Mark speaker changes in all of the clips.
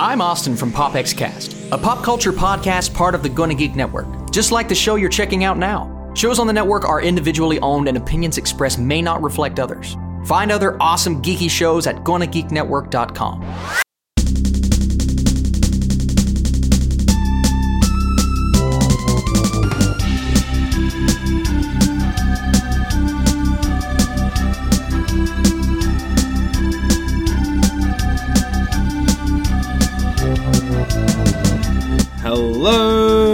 Speaker 1: I'm Austin from PopXCast, a pop culture podcast part of the Gunna Geek Network, just like the show you're checking out now. Shows on the network are individually owned and opinions expressed may not reflect others. Find other awesome geeky shows at GonnaGeekNetwork.com.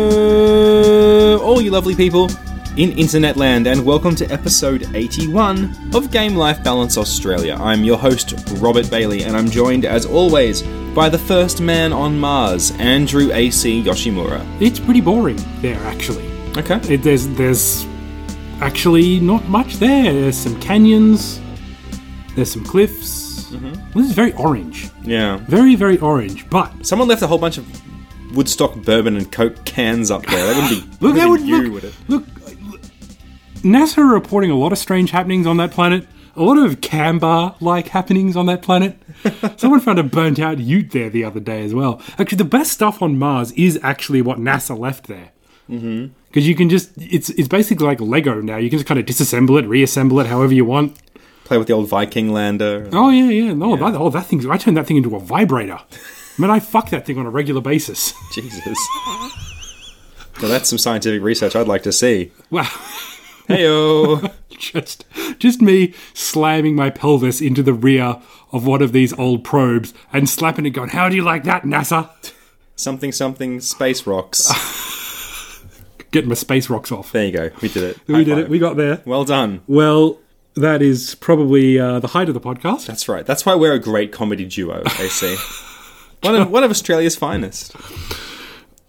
Speaker 2: Hello, all you lovely people in internet land, and welcome to episode 81 of Game Life Balance Australia. I'm your host, Robert Bailey, and I'm joined, as always, by the first man on Mars, Andrew A.C. Yoshimura.
Speaker 3: It's pretty boring there, actually.
Speaker 2: Okay.
Speaker 3: It, there's there's actually not much there. There's some canyons. There's some cliffs. This is very orange,
Speaker 2: Yeah.
Speaker 3: very very orange. But
Speaker 2: Someone left a whole bunch of Woodstock bourbon and Coke cans up there. That wouldn't be,
Speaker 3: look, that would
Speaker 2: wouldn't be you,
Speaker 3: look,
Speaker 2: would it?
Speaker 3: look. NASA are reporting a lot of strange happenings on that planet. A lot of Canbar like happenings on that planet. Someone found a burnt out Ute there the other day as well. Actually, the best stuff on Mars is actually what NASA left there. Because you can just, it's it's basically like Lego now. You can just kind of disassemble it, reassemble it however you want.
Speaker 2: Play with the old Viking lander.
Speaker 3: Oh yeah, yeah. No, That, oh that thing's. I turned that thing into a vibrator. Man, I fuck that thing on a regular basis.
Speaker 2: Jesus. Well, that's some scientific research I'd like to see.
Speaker 3: Wow,
Speaker 2: Heyo.
Speaker 3: just just me slamming my pelvis into the rear of one of these old probes and slapping it, going, "How do you like that, NASA?"
Speaker 2: something something space rocks.
Speaker 3: Getting my space rocks off.
Speaker 2: There you go. We did it.
Speaker 3: We did it. We got there.
Speaker 2: well done.
Speaker 3: Well, that is probably uh, the height of the podcast.
Speaker 2: That's right. That's why we're a great comedy duo, AC. one, of, one of Australia's finest.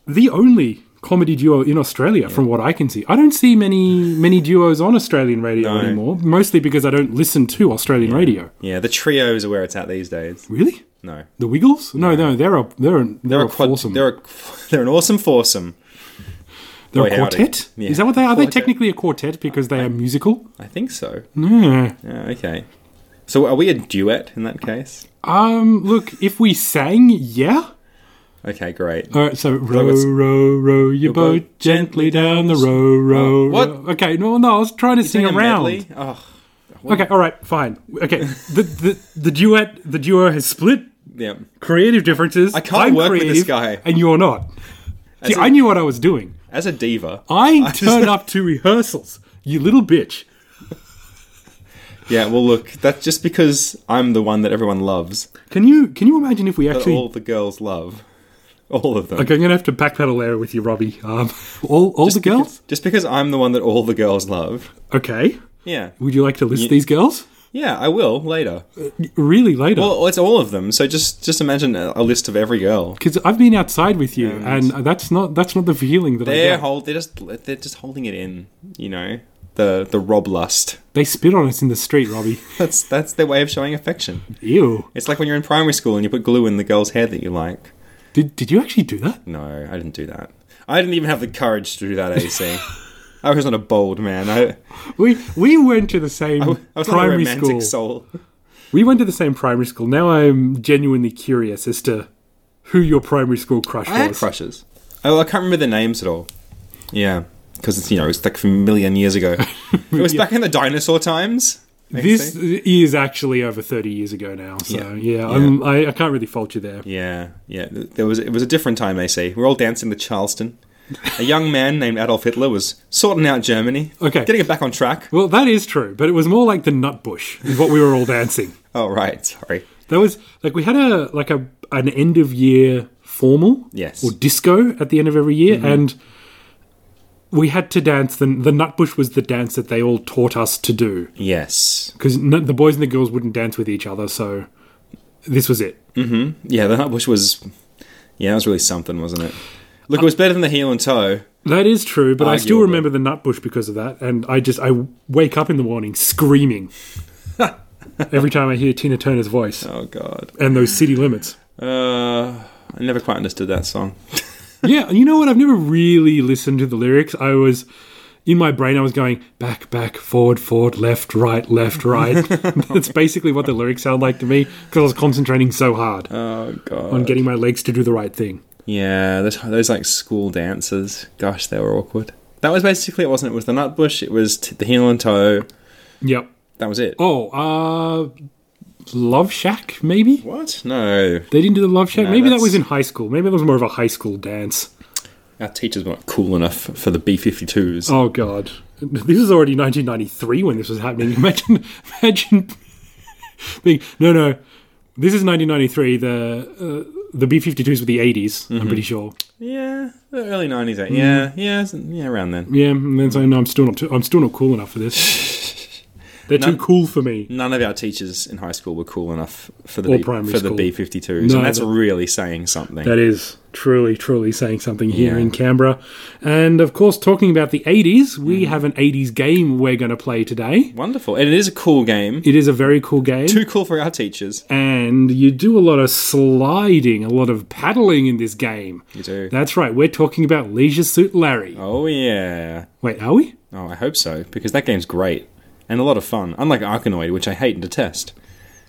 Speaker 3: The only comedy duo in Australia, from what I can see. I don't see many many duos on Australian radio
Speaker 2: No.
Speaker 3: anymore. Mostly because I don't listen to Australian radio.
Speaker 2: Yeah, the trios are where it's at these days.
Speaker 3: Really?
Speaker 2: No,
Speaker 3: The Wiggles? No, no, they're a they're a, they're,
Speaker 2: they're
Speaker 3: a,
Speaker 2: a quad.
Speaker 3: foursome.
Speaker 2: They're a, they're an awesome foursome.
Speaker 3: They're
Speaker 2: Boy,
Speaker 3: a
Speaker 2: howdy.
Speaker 3: quartet.
Speaker 2: Yeah.
Speaker 3: Is that what they are? They
Speaker 2: Quartet.
Speaker 3: technically a quartet because they are musical.
Speaker 2: I think so.
Speaker 3: Yeah.
Speaker 2: Yeah, okay. So are we a duet in that case?
Speaker 3: Um. Look, if we sang, yeah.
Speaker 2: Okay, great.
Speaker 3: All right. So row,
Speaker 2: it's-
Speaker 3: row, row your boat,
Speaker 2: boat
Speaker 3: gently down the row, row.
Speaker 2: Oh, what?
Speaker 3: row. Okay. No, no. I was trying to sing
Speaker 2: Doing a
Speaker 3: around.
Speaker 2: medley? Oh,
Speaker 3: Okay. All right. Fine. Okay. the, the the duet the duo has split.
Speaker 2: yeah.
Speaker 3: Creative differences. I
Speaker 2: can't
Speaker 3: am
Speaker 2: work with
Speaker 3: creative,
Speaker 2: this guy.
Speaker 3: and you're not. See,
Speaker 2: a-
Speaker 3: I knew what I was doing.
Speaker 2: As a diva,
Speaker 3: I turned up to rehearsals. You little bitch.
Speaker 2: yeah. Well, look, that's just because I'm the one that everyone loves,
Speaker 3: Can you can you imagine if we
Speaker 2: that
Speaker 3: actually?
Speaker 2: Uh, all the girls love, all of them.
Speaker 3: Okay, I'm gonna have to backpedal there with you, Robbie. Um, all all the girls.
Speaker 2: Just because I'm the one that all the girls love.
Speaker 3: Okay.
Speaker 2: Yeah.
Speaker 3: Would you like to list these girls?
Speaker 2: Yeah, I will later.
Speaker 3: Really later.
Speaker 2: Well, it's all of them. So just just imagine a, a list of every girl.
Speaker 3: because I've been outside with you, and that's not that's not the feeling that I
Speaker 2: They're
Speaker 3: get.
Speaker 2: hold. They're just they're just holding it in. You know the the rob lust.
Speaker 3: they spit on us in the street, Robbie.
Speaker 2: That's that's their way of showing affection.
Speaker 3: Ew!
Speaker 2: It's like when you're in primary school and you put glue in the girl's hair that you like.
Speaker 3: Did did you actually do that?
Speaker 2: No, I didn't do that. I didn't even have the courage to do that. AC. I was not a bold man. I,
Speaker 3: We we went to the same
Speaker 2: I was
Speaker 3: primary
Speaker 2: not a romantic
Speaker 3: school.
Speaker 2: soul.
Speaker 3: We went to the same primary school. Now I'm genuinely curious as to who your primary school crush
Speaker 2: I had
Speaker 3: was.
Speaker 2: crushes. Oh, I can't remember the names at all. Yeah, because it's you know it's like from a million years ago. it was back in the dinosaur times.
Speaker 3: This is actually over 30 years ago now, so
Speaker 2: Yeah.
Speaker 3: yeah, I'm, I, I can't really fault you there.
Speaker 2: Yeah, yeah. There was it was a different time. They say we were all dancing to Charleston. A young man named Adolf Hitler was sorting out Germany.
Speaker 3: Okay.
Speaker 2: getting it back on track.
Speaker 3: Well, that is true, but it was more like the nut bush is what we were all dancing.
Speaker 2: Oh right, sorry.
Speaker 3: That was like we had a like a an end of year formal,
Speaker 2: Yes.
Speaker 3: or disco at the end of every year, and we had to dance. The the nut bush was the dance that they all taught us to do
Speaker 2: Yes.
Speaker 3: because the boys and the girls wouldn't dance with each other, so this was it.
Speaker 2: Yeah, the Nutbush was. Yeah, that was really something, wasn't it? Look, it was better than the heel and toe.
Speaker 3: That is true, but I still
Speaker 2: Arguably.
Speaker 3: remember the nut bush because of that, and I just I wake up in the morning screaming every time I hear Tina Turner's voice
Speaker 2: Oh God,
Speaker 3: and those city limits.
Speaker 2: uh, I never quite understood that song.
Speaker 3: yeah, you know what? I've never really listened to the lyrics. I was in my brain, I was going back, back, forward, forward, left, right, left, right. That's basically what the lyrics sound like to me because I was concentrating so hard
Speaker 2: Oh god.
Speaker 3: on getting my legs to do the right thing.
Speaker 2: Yeah, those, those like school dances. Gosh, they were awkward. That was basically it, wasn't it? It was the nut bush. It was t- the heel and toe.
Speaker 3: Yep.
Speaker 2: That was it.
Speaker 3: Oh, uh, Love Shack, maybe?
Speaker 2: What? No,
Speaker 3: They didn't do the Love Shack.
Speaker 2: No,
Speaker 3: maybe that
Speaker 2: that's-
Speaker 3: was in high school. Maybe that was more of a high school dance.
Speaker 2: our teachers weren't cool enough for the B52s.
Speaker 3: Oh god, this is already 1993 when this was happening. Imagine, imagine being no, no. This is 1993. The uh, the B52s were the 80s. I'm pretty sure.
Speaker 2: Yeah, the early nineties. eh?
Speaker 3: Mm.
Speaker 2: Yeah, yeah, s- yeah, around then.
Speaker 3: Yeah, and then so no, I'm still not. Too, I'm still not cool enough for this. They're too cool for me.
Speaker 2: None of our teachers in high school were cool enough for the
Speaker 3: Or
Speaker 2: B, for
Speaker 3: primary
Speaker 2: the
Speaker 3: school.
Speaker 2: B52s,
Speaker 3: No,
Speaker 2: and that's
Speaker 3: that-
Speaker 2: really saying something.
Speaker 3: That is truly, truly saying something here
Speaker 2: Yeah.
Speaker 3: in Canberra. And of course, talking about the 80s, we have an 80s game we're going to play today.
Speaker 2: Wonderful, and it is a cool game.
Speaker 3: It is a very cool game.
Speaker 2: Too cool for our teachers.
Speaker 3: and you do a lot of sliding, a lot of paddling in this game.
Speaker 2: You do.
Speaker 3: That's right, we're talking about Leisure Suit Larry.
Speaker 2: Oh yeah.
Speaker 3: Wait, are we?
Speaker 2: Oh, I hope so because that game's great and a lot of fun. Unlike Arkanoid, which I hate and detest.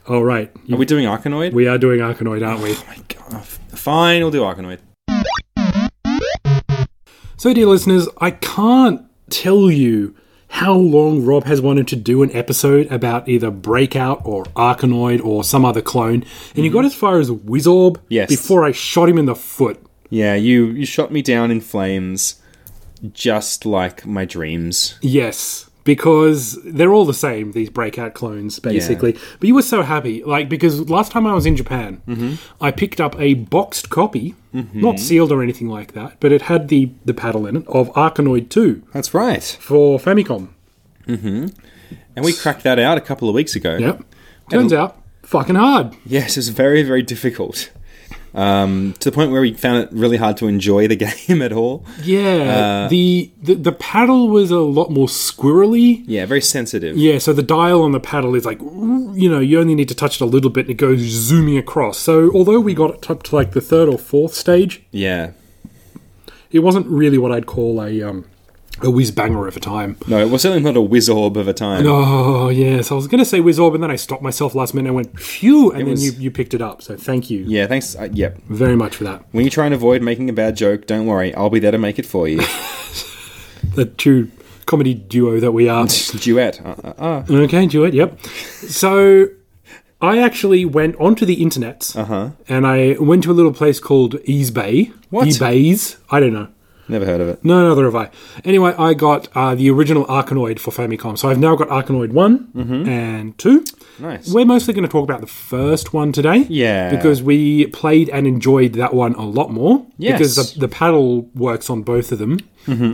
Speaker 3: Oh, right.
Speaker 2: Are we doing Arkanoid?
Speaker 3: We are doing Arkanoid, aren't we?
Speaker 2: Oh my god. f- Fine, we'll do Arkanoid.
Speaker 3: So, dear listeners, I can't tell you how long Rob has wanted to do an episode about either Breakout or Arkanoid or some other clone, and he got as far as Wizorb
Speaker 2: Mm-hmm. Yes.
Speaker 3: before I shot him in the foot.
Speaker 2: Yeah, you you shot me down in flames, just like my dreams.
Speaker 3: Yes, because they're all the same, these breakout clones, basically. But you were so happy, like, because last time I was in Japan, I picked up a boxed copy, not sealed or anything like that, but it had the, the paddle in it of Arkanoid 2
Speaker 2: That's right.
Speaker 3: for Famicom.
Speaker 2: And we cracked that out a couple of weeks ago.
Speaker 3: Yep. Turns out, fucking hard.
Speaker 2: Yes, it was very very difficult. Um, to the point where we found it really hard to enjoy the game at all.
Speaker 3: Yeah. the, the the paddle was a lot more squirrely.
Speaker 2: Yeah, very sensitive.
Speaker 3: Yeah, so the dial on the paddle is like, you know, you only need to touch it a little bit and it goes zooming across. So, although we got it up to like the third or fourth stage,
Speaker 2: Yeah.
Speaker 3: it wasn't really what I'd call a um, a whiz banger of a time.
Speaker 2: No, it was certainly not a whiz orb of a time.
Speaker 3: Oh yes, I was going to say whiz orb, and then I stopped myself last minute and went phew, and then
Speaker 2: was-
Speaker 3: you, you picked it up. So thank you
Speaker 2: Yeah, thanks. Uh, yep.
Speaker 3: very much for that.
Speaker 2: When you try and avoid making a bad joke, don't worry, I'll be there to make it for you.
Speaker 3: The two comedy duo that we are.
Speaker 2: Duet. Uh, uh, uh.
Speaker 3: okay, duet. Yep. So I actually went onto the internet and I went to a little place called eBay.
Speaker 2: What?
Speaker 3: eBay's? I don't know.
Speaker 2: Never heard of it.
Speaker 3: No, neither have I. Anyway, I got uh, the original Arkanoid for Famicom, so I've now got Arkanoid one and two.
Speaker 2: Nice.
Speaker 3: We're mostly going to talk about the first one today.
Speaker 2: Yeah.
Speaker 3: Because we played and enjoyed that one a lot more.
Speaker 2: Yes. Mm-hmm.
Speaker 3: Because the, the paddle works on both of them.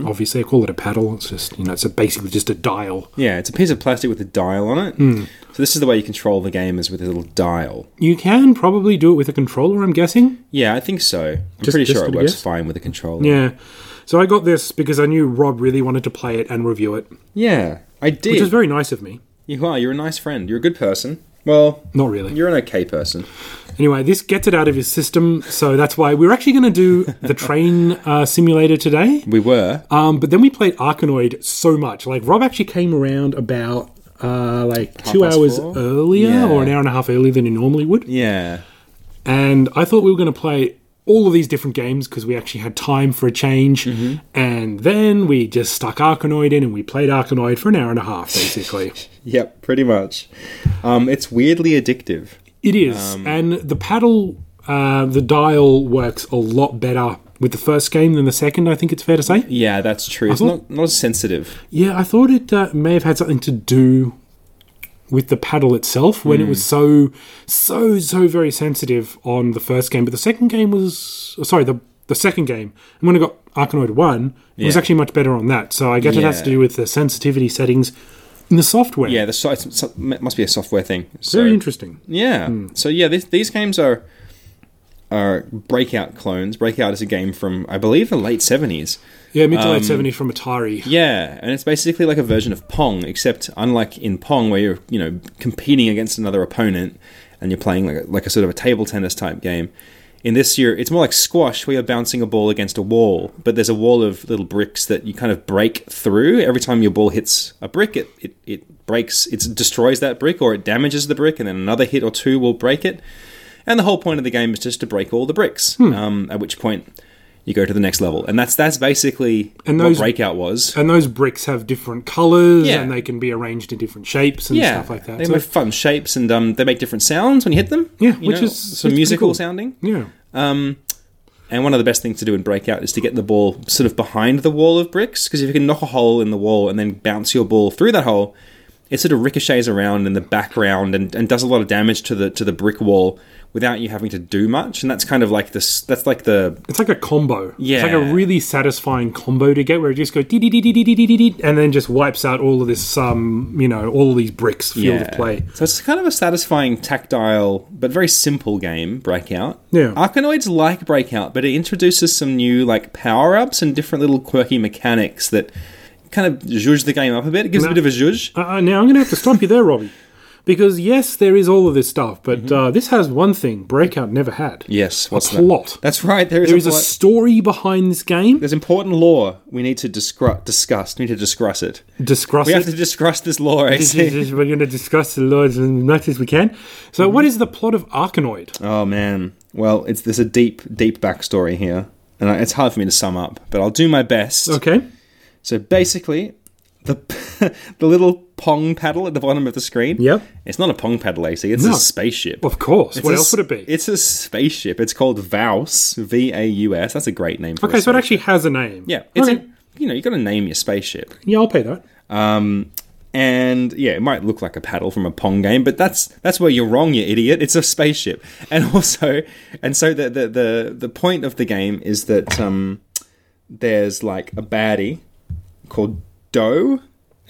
Speaker 3: Obviously, I call it a paddle. It's just, you know, it's a, basically just a dial.
Speaker 2: Yeah, it's a piece of plastic with a dial on it.
Speaker 3: Hmm.
Speaker 2: So this is the way you control the game is with a little dial.
Speaker 3: You can probably do it with a controller, I'm guessing.
Speaker 2: Yeah, I think so. I'm
Speaker 3: Just-
Speaker 2: pretty
Speaker 3: just
Speaker 2: sure it
Speaker 3: gonna
Speaker 2: works
Speaker 3: guess?
Speaker 2: fine with a controller.
Speaker 3: Yeah. So I got this because I knew Rob really wanted to play it and review it,
Speaker 2: Yeah, I did.
Speaker 3: which was very nice of me.
Speaker 2: you are. You're a nice friend. You're a good person. Well,
Speaker 3: Not really.
Speaker 2: you're an okay person.
Speaker 3: Anyway, this gets it out of your system, so that's why we're actually going to do the train uh, simulator today.
Speaker 2: We were.
Speaker 3: Um, but then we played Arkanoid so much. Like Rob actually came around about uh, like two
Speaker 2: past
Speaker 3: hours
Speaker 2: four?
Speaker 3: earlier
Speaker 2: Yeah.
Speaker 3: or an hour and a half earlier than he normally would.
Speaker 2: yeah.
Speaker 3: And I thought we were going to play all of these different games because we actually had time for a change.
Speaker 2: Mm-hmm.
Speaker 3: And then we just stuck Arkanoid in and we played Arkanoid for an hour and a half, basically.
Speaker 2: Yep. Pretty much. Um, it's weirdly addictive.
Speaker 3: It is,
Speaker 2: Um,
Speaker 3: and the paddle, uh, the dial works a lot better with the first game than the second. I think it's fair to say.
Speaker 2: Yeah, that's true. It's
Speaker 3: thought-
Speaker 2: not not as sensitive.
Speaker 3: Yeah, I thought it uh, may have had something to do with the paddle itself when it was
Speaker 2: Hmm.
Speaker 3: so, so, so very sensitive on the first game. But the second game was oh, sorry the the second game, and when I got Arkanoid One, it was
Speaker 2: Yeah.
Speaker 3: actually much better on that. So I guess it has
Speaker 2: Yeah.
Speaker 3: to do with the sensitivity settings in the software.
Speaker 2: Yeah, the so, it's, so- it must be a software thing. So,
Speaker 3: very interesting.
Speaker 2: Yeah. So yeah, this, these games are are breakout clones. Breakout is a game from I believe the late seventies.
Speaker 3: Yeah, mid to late
Speaker 2: Um,
Speaker 3: seventies from Atari.
Speaker 2: Yeah, and it's basically like a version of Pong, except unlike in Pong where you're you know competing against another opponent and you're playing like a, like a sort of a table tennis type game. In this year, it's more like squash where you're bouncing a ball against a wall, but there's a wall of little bricks that you kind of break through. Every time your ball hits a brick, it, it, it breaks, it destroys that brick or it damages the brick, and then another hit or two will break it. And the whole point of the game is just to break all the bricks,
Speaker 3: Hmm.
Speaker 2: um, at which point you go to the next level. And that's that's basically
Speaker 3: And
Speaker 2: what
Speaker 3: those-
Speaker 2: Breakout was.
Speaker 3: And those bricks have different colors,
Speaker 2: Yeah.
Speaker 3: and they can be arranged in different shapes and
Speaker 2: yeah,
Speaker 3: stuff like that.
Speaker 2: They
Speaker 3: So-
Speaker 2: make fun shapes and um, they make different sounds when you hit them.
Speaker 3: yeah,
Speaker 2: you
Speaker 3: which
Speaker 2: know,
Speaker 3: is
Speaker 2: some
Speaker 3: it's
Speaker 2: musical
Speaker 3: pretty cool.
Speaker 2: sounding.
Speaker 3: Yeah,
Speaker 2: And one of the best things to do in Breakout is to get the ball sort of behind the wall of bricks, because if you can knock a hole in the wall and then bounce your ball through that hole, it sort of ricochets around in the background and, and does a lot of damage to the to the brick wall without you having to do much. And that's kind of like this. That's like the
Speaker 3: it's like a combo.
Speaker 2: Yeah.
Speaker 3: it's like a really satisfying combo to get, where it just goes dee dee dee dee dee dee dee dee, and then just wipes out all of this, um, you know, all of these bricks field of play.
Speaker 2: So it's kind of a satisfying, tactile, but very simple game, Breakout.
Speaker 3: Yeah.
Speaker 2: Arkanoids like Breakout, but it introduces some new like power ups and different little quirky mechanics that kind of zhuzh the game up a bit. It gives it a
Speaker 3: No.
Speaker 2: bit of a zhuzh.
Speaker 3: Uh, Uh, now I'm going to have to stop you there, Robbie, because yes, there is all of this stuff, but
Speaker 2: Mm-hmm.
Speaker 3: uh, this has one thing Breakout never had.
Speaker 2: Yes, what's that?
Speaker 3: plot.
Speaker 2: That's right. There is
Speaker 3: There
Speaker 2: a
Speaker 3: is a
Speaker 2: plot.
Speaker 3: story behind this game.
Speaker 2: There's important lore we need to discru- discuss. We need to discuss it.
Speaker 3: Discuss
Speaker 2: We have
Speaker 3: it.
Speaker 2: to discuss this lore, AC.
Speaker 3: We're going to discuss the Lord as much as we can. So,
Speaker 2: Mm-hmm.
Speaker 3: what is the plot of Arkanoid?
Speaker 2: Oh man. Well, it's there's a deep, deep backstory here, and I- it's hard for me to sum up, but I'll do my best.
Speaker 3: Okay.
Speaker 2: So basically, the the little pong paddle at the bottom of the screen.
Speaker 3: Yep.
Speaker 2: It's not a pong paddle, AC. It's a
Speaker 3: No.
Speaker 2: spaceship.
Speaker 3: Of course.
Speaker 2: It's
Speaker 3: what
Speaker 2: a
Speaker 3: else would it
Speaker 2: s-
Speaker 3: be?
Speaker 2: It's a spaceship. It's called Vaus. V A U S. That's a great name. For
Speaker 3: okay,
Speaker 2: a
Speaker 3: so it
Speaker 2: spaceship.
Speaker 3: actually has a name.
Speaker 2: yeah. It's
Speaker 3: Okay.
Speaker 2: a, you know you got to name your spaceship.
Speaker 3: yeah, I'll pay that.
Speaker 2: Um, and yeah, it might look like a paddle from a pong game, but that's that's where you're wrong, you idiot. It's a spaceship, and also, and so the the the, the point of the game is that um, there's like a baddie called Doe,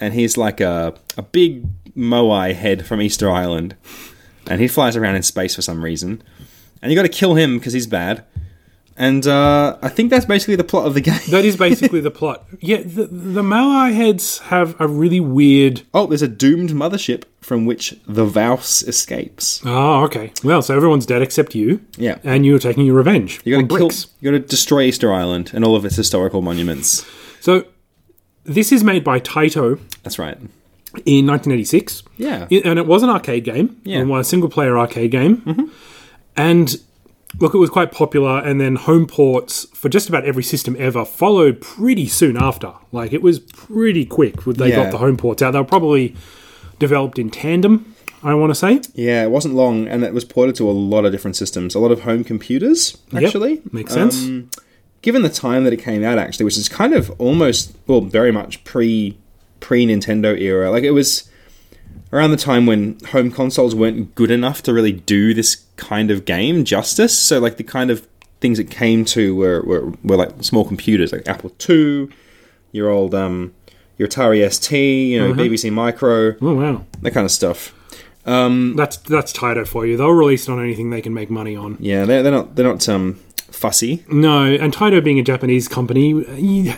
Speaker 2: and he's like a a big moai head from Easter Island, and he flies around in space for some reason, and you got to kill him because he's bad. And uh, I think that's basically the plot of the game.
Speaker 3: That is basically the plot. Yeah, the, the Maui heads have a really weird.
Speaker 2: Oh, there's a doomed mothership from which the Vouse escapes.
Speaker 3: Ah, okay. Well, so everyone's dead except you.
Speaker 2: Yeah.
Speaker 3: And you're taking your revenge.
Speaker 2: You
Speaker 3: on
Speaker 2: gotta kill,
Speaker 3: bricks.
Speaker 2: you gotta destroy Easter Island and all of its historical monuments.
Speaker 3: So, this is made by Taito
Speaker 2: That's right.
Speaker 3: in 1986.
Speaker 2: Yeah.
Speaker 3: I- and it was an arcade game.
Speaker 2: Yeah. Mm-hmm.
Speaker 3: It was a single player arcade game. And look, it was quite popular. And then home ports for just about every system ever followed pretty soon after. Like it was pretty quick when they
Speaker 2: Yeah.
Speaker 3: got the home ports out. They were probably developed in tandem, I want to say.
Speaker 2: Yeah, it wasn't long and it was ported to a lot of different systems, a lot of home computers,
Speaker 3: Yep,
Speaker 2: actually.
Speaker 3: makes sense.
Speaker 2: Um, given the time that it came out, actually, which is kind of almost, well, very much pre pre Nintendo era. Like, it was around the time when home consoles weren't good enough to really do this kind of game justice. So, like, the kind of things it came to were, were, were like small computers, like Apple II, your old, um, your Atari ST, you know, BBC Micro,
Speaker 3: Oh, wow.
Speaker 2: that kind of stuff.
Speaker 3: That's that's Taito for you. They'll release it on anything they can make money on.
Speaker 2: Yeah, they're, they're not they're not um, fussy.
Speaker 3: No, and Taito being a Japanese company he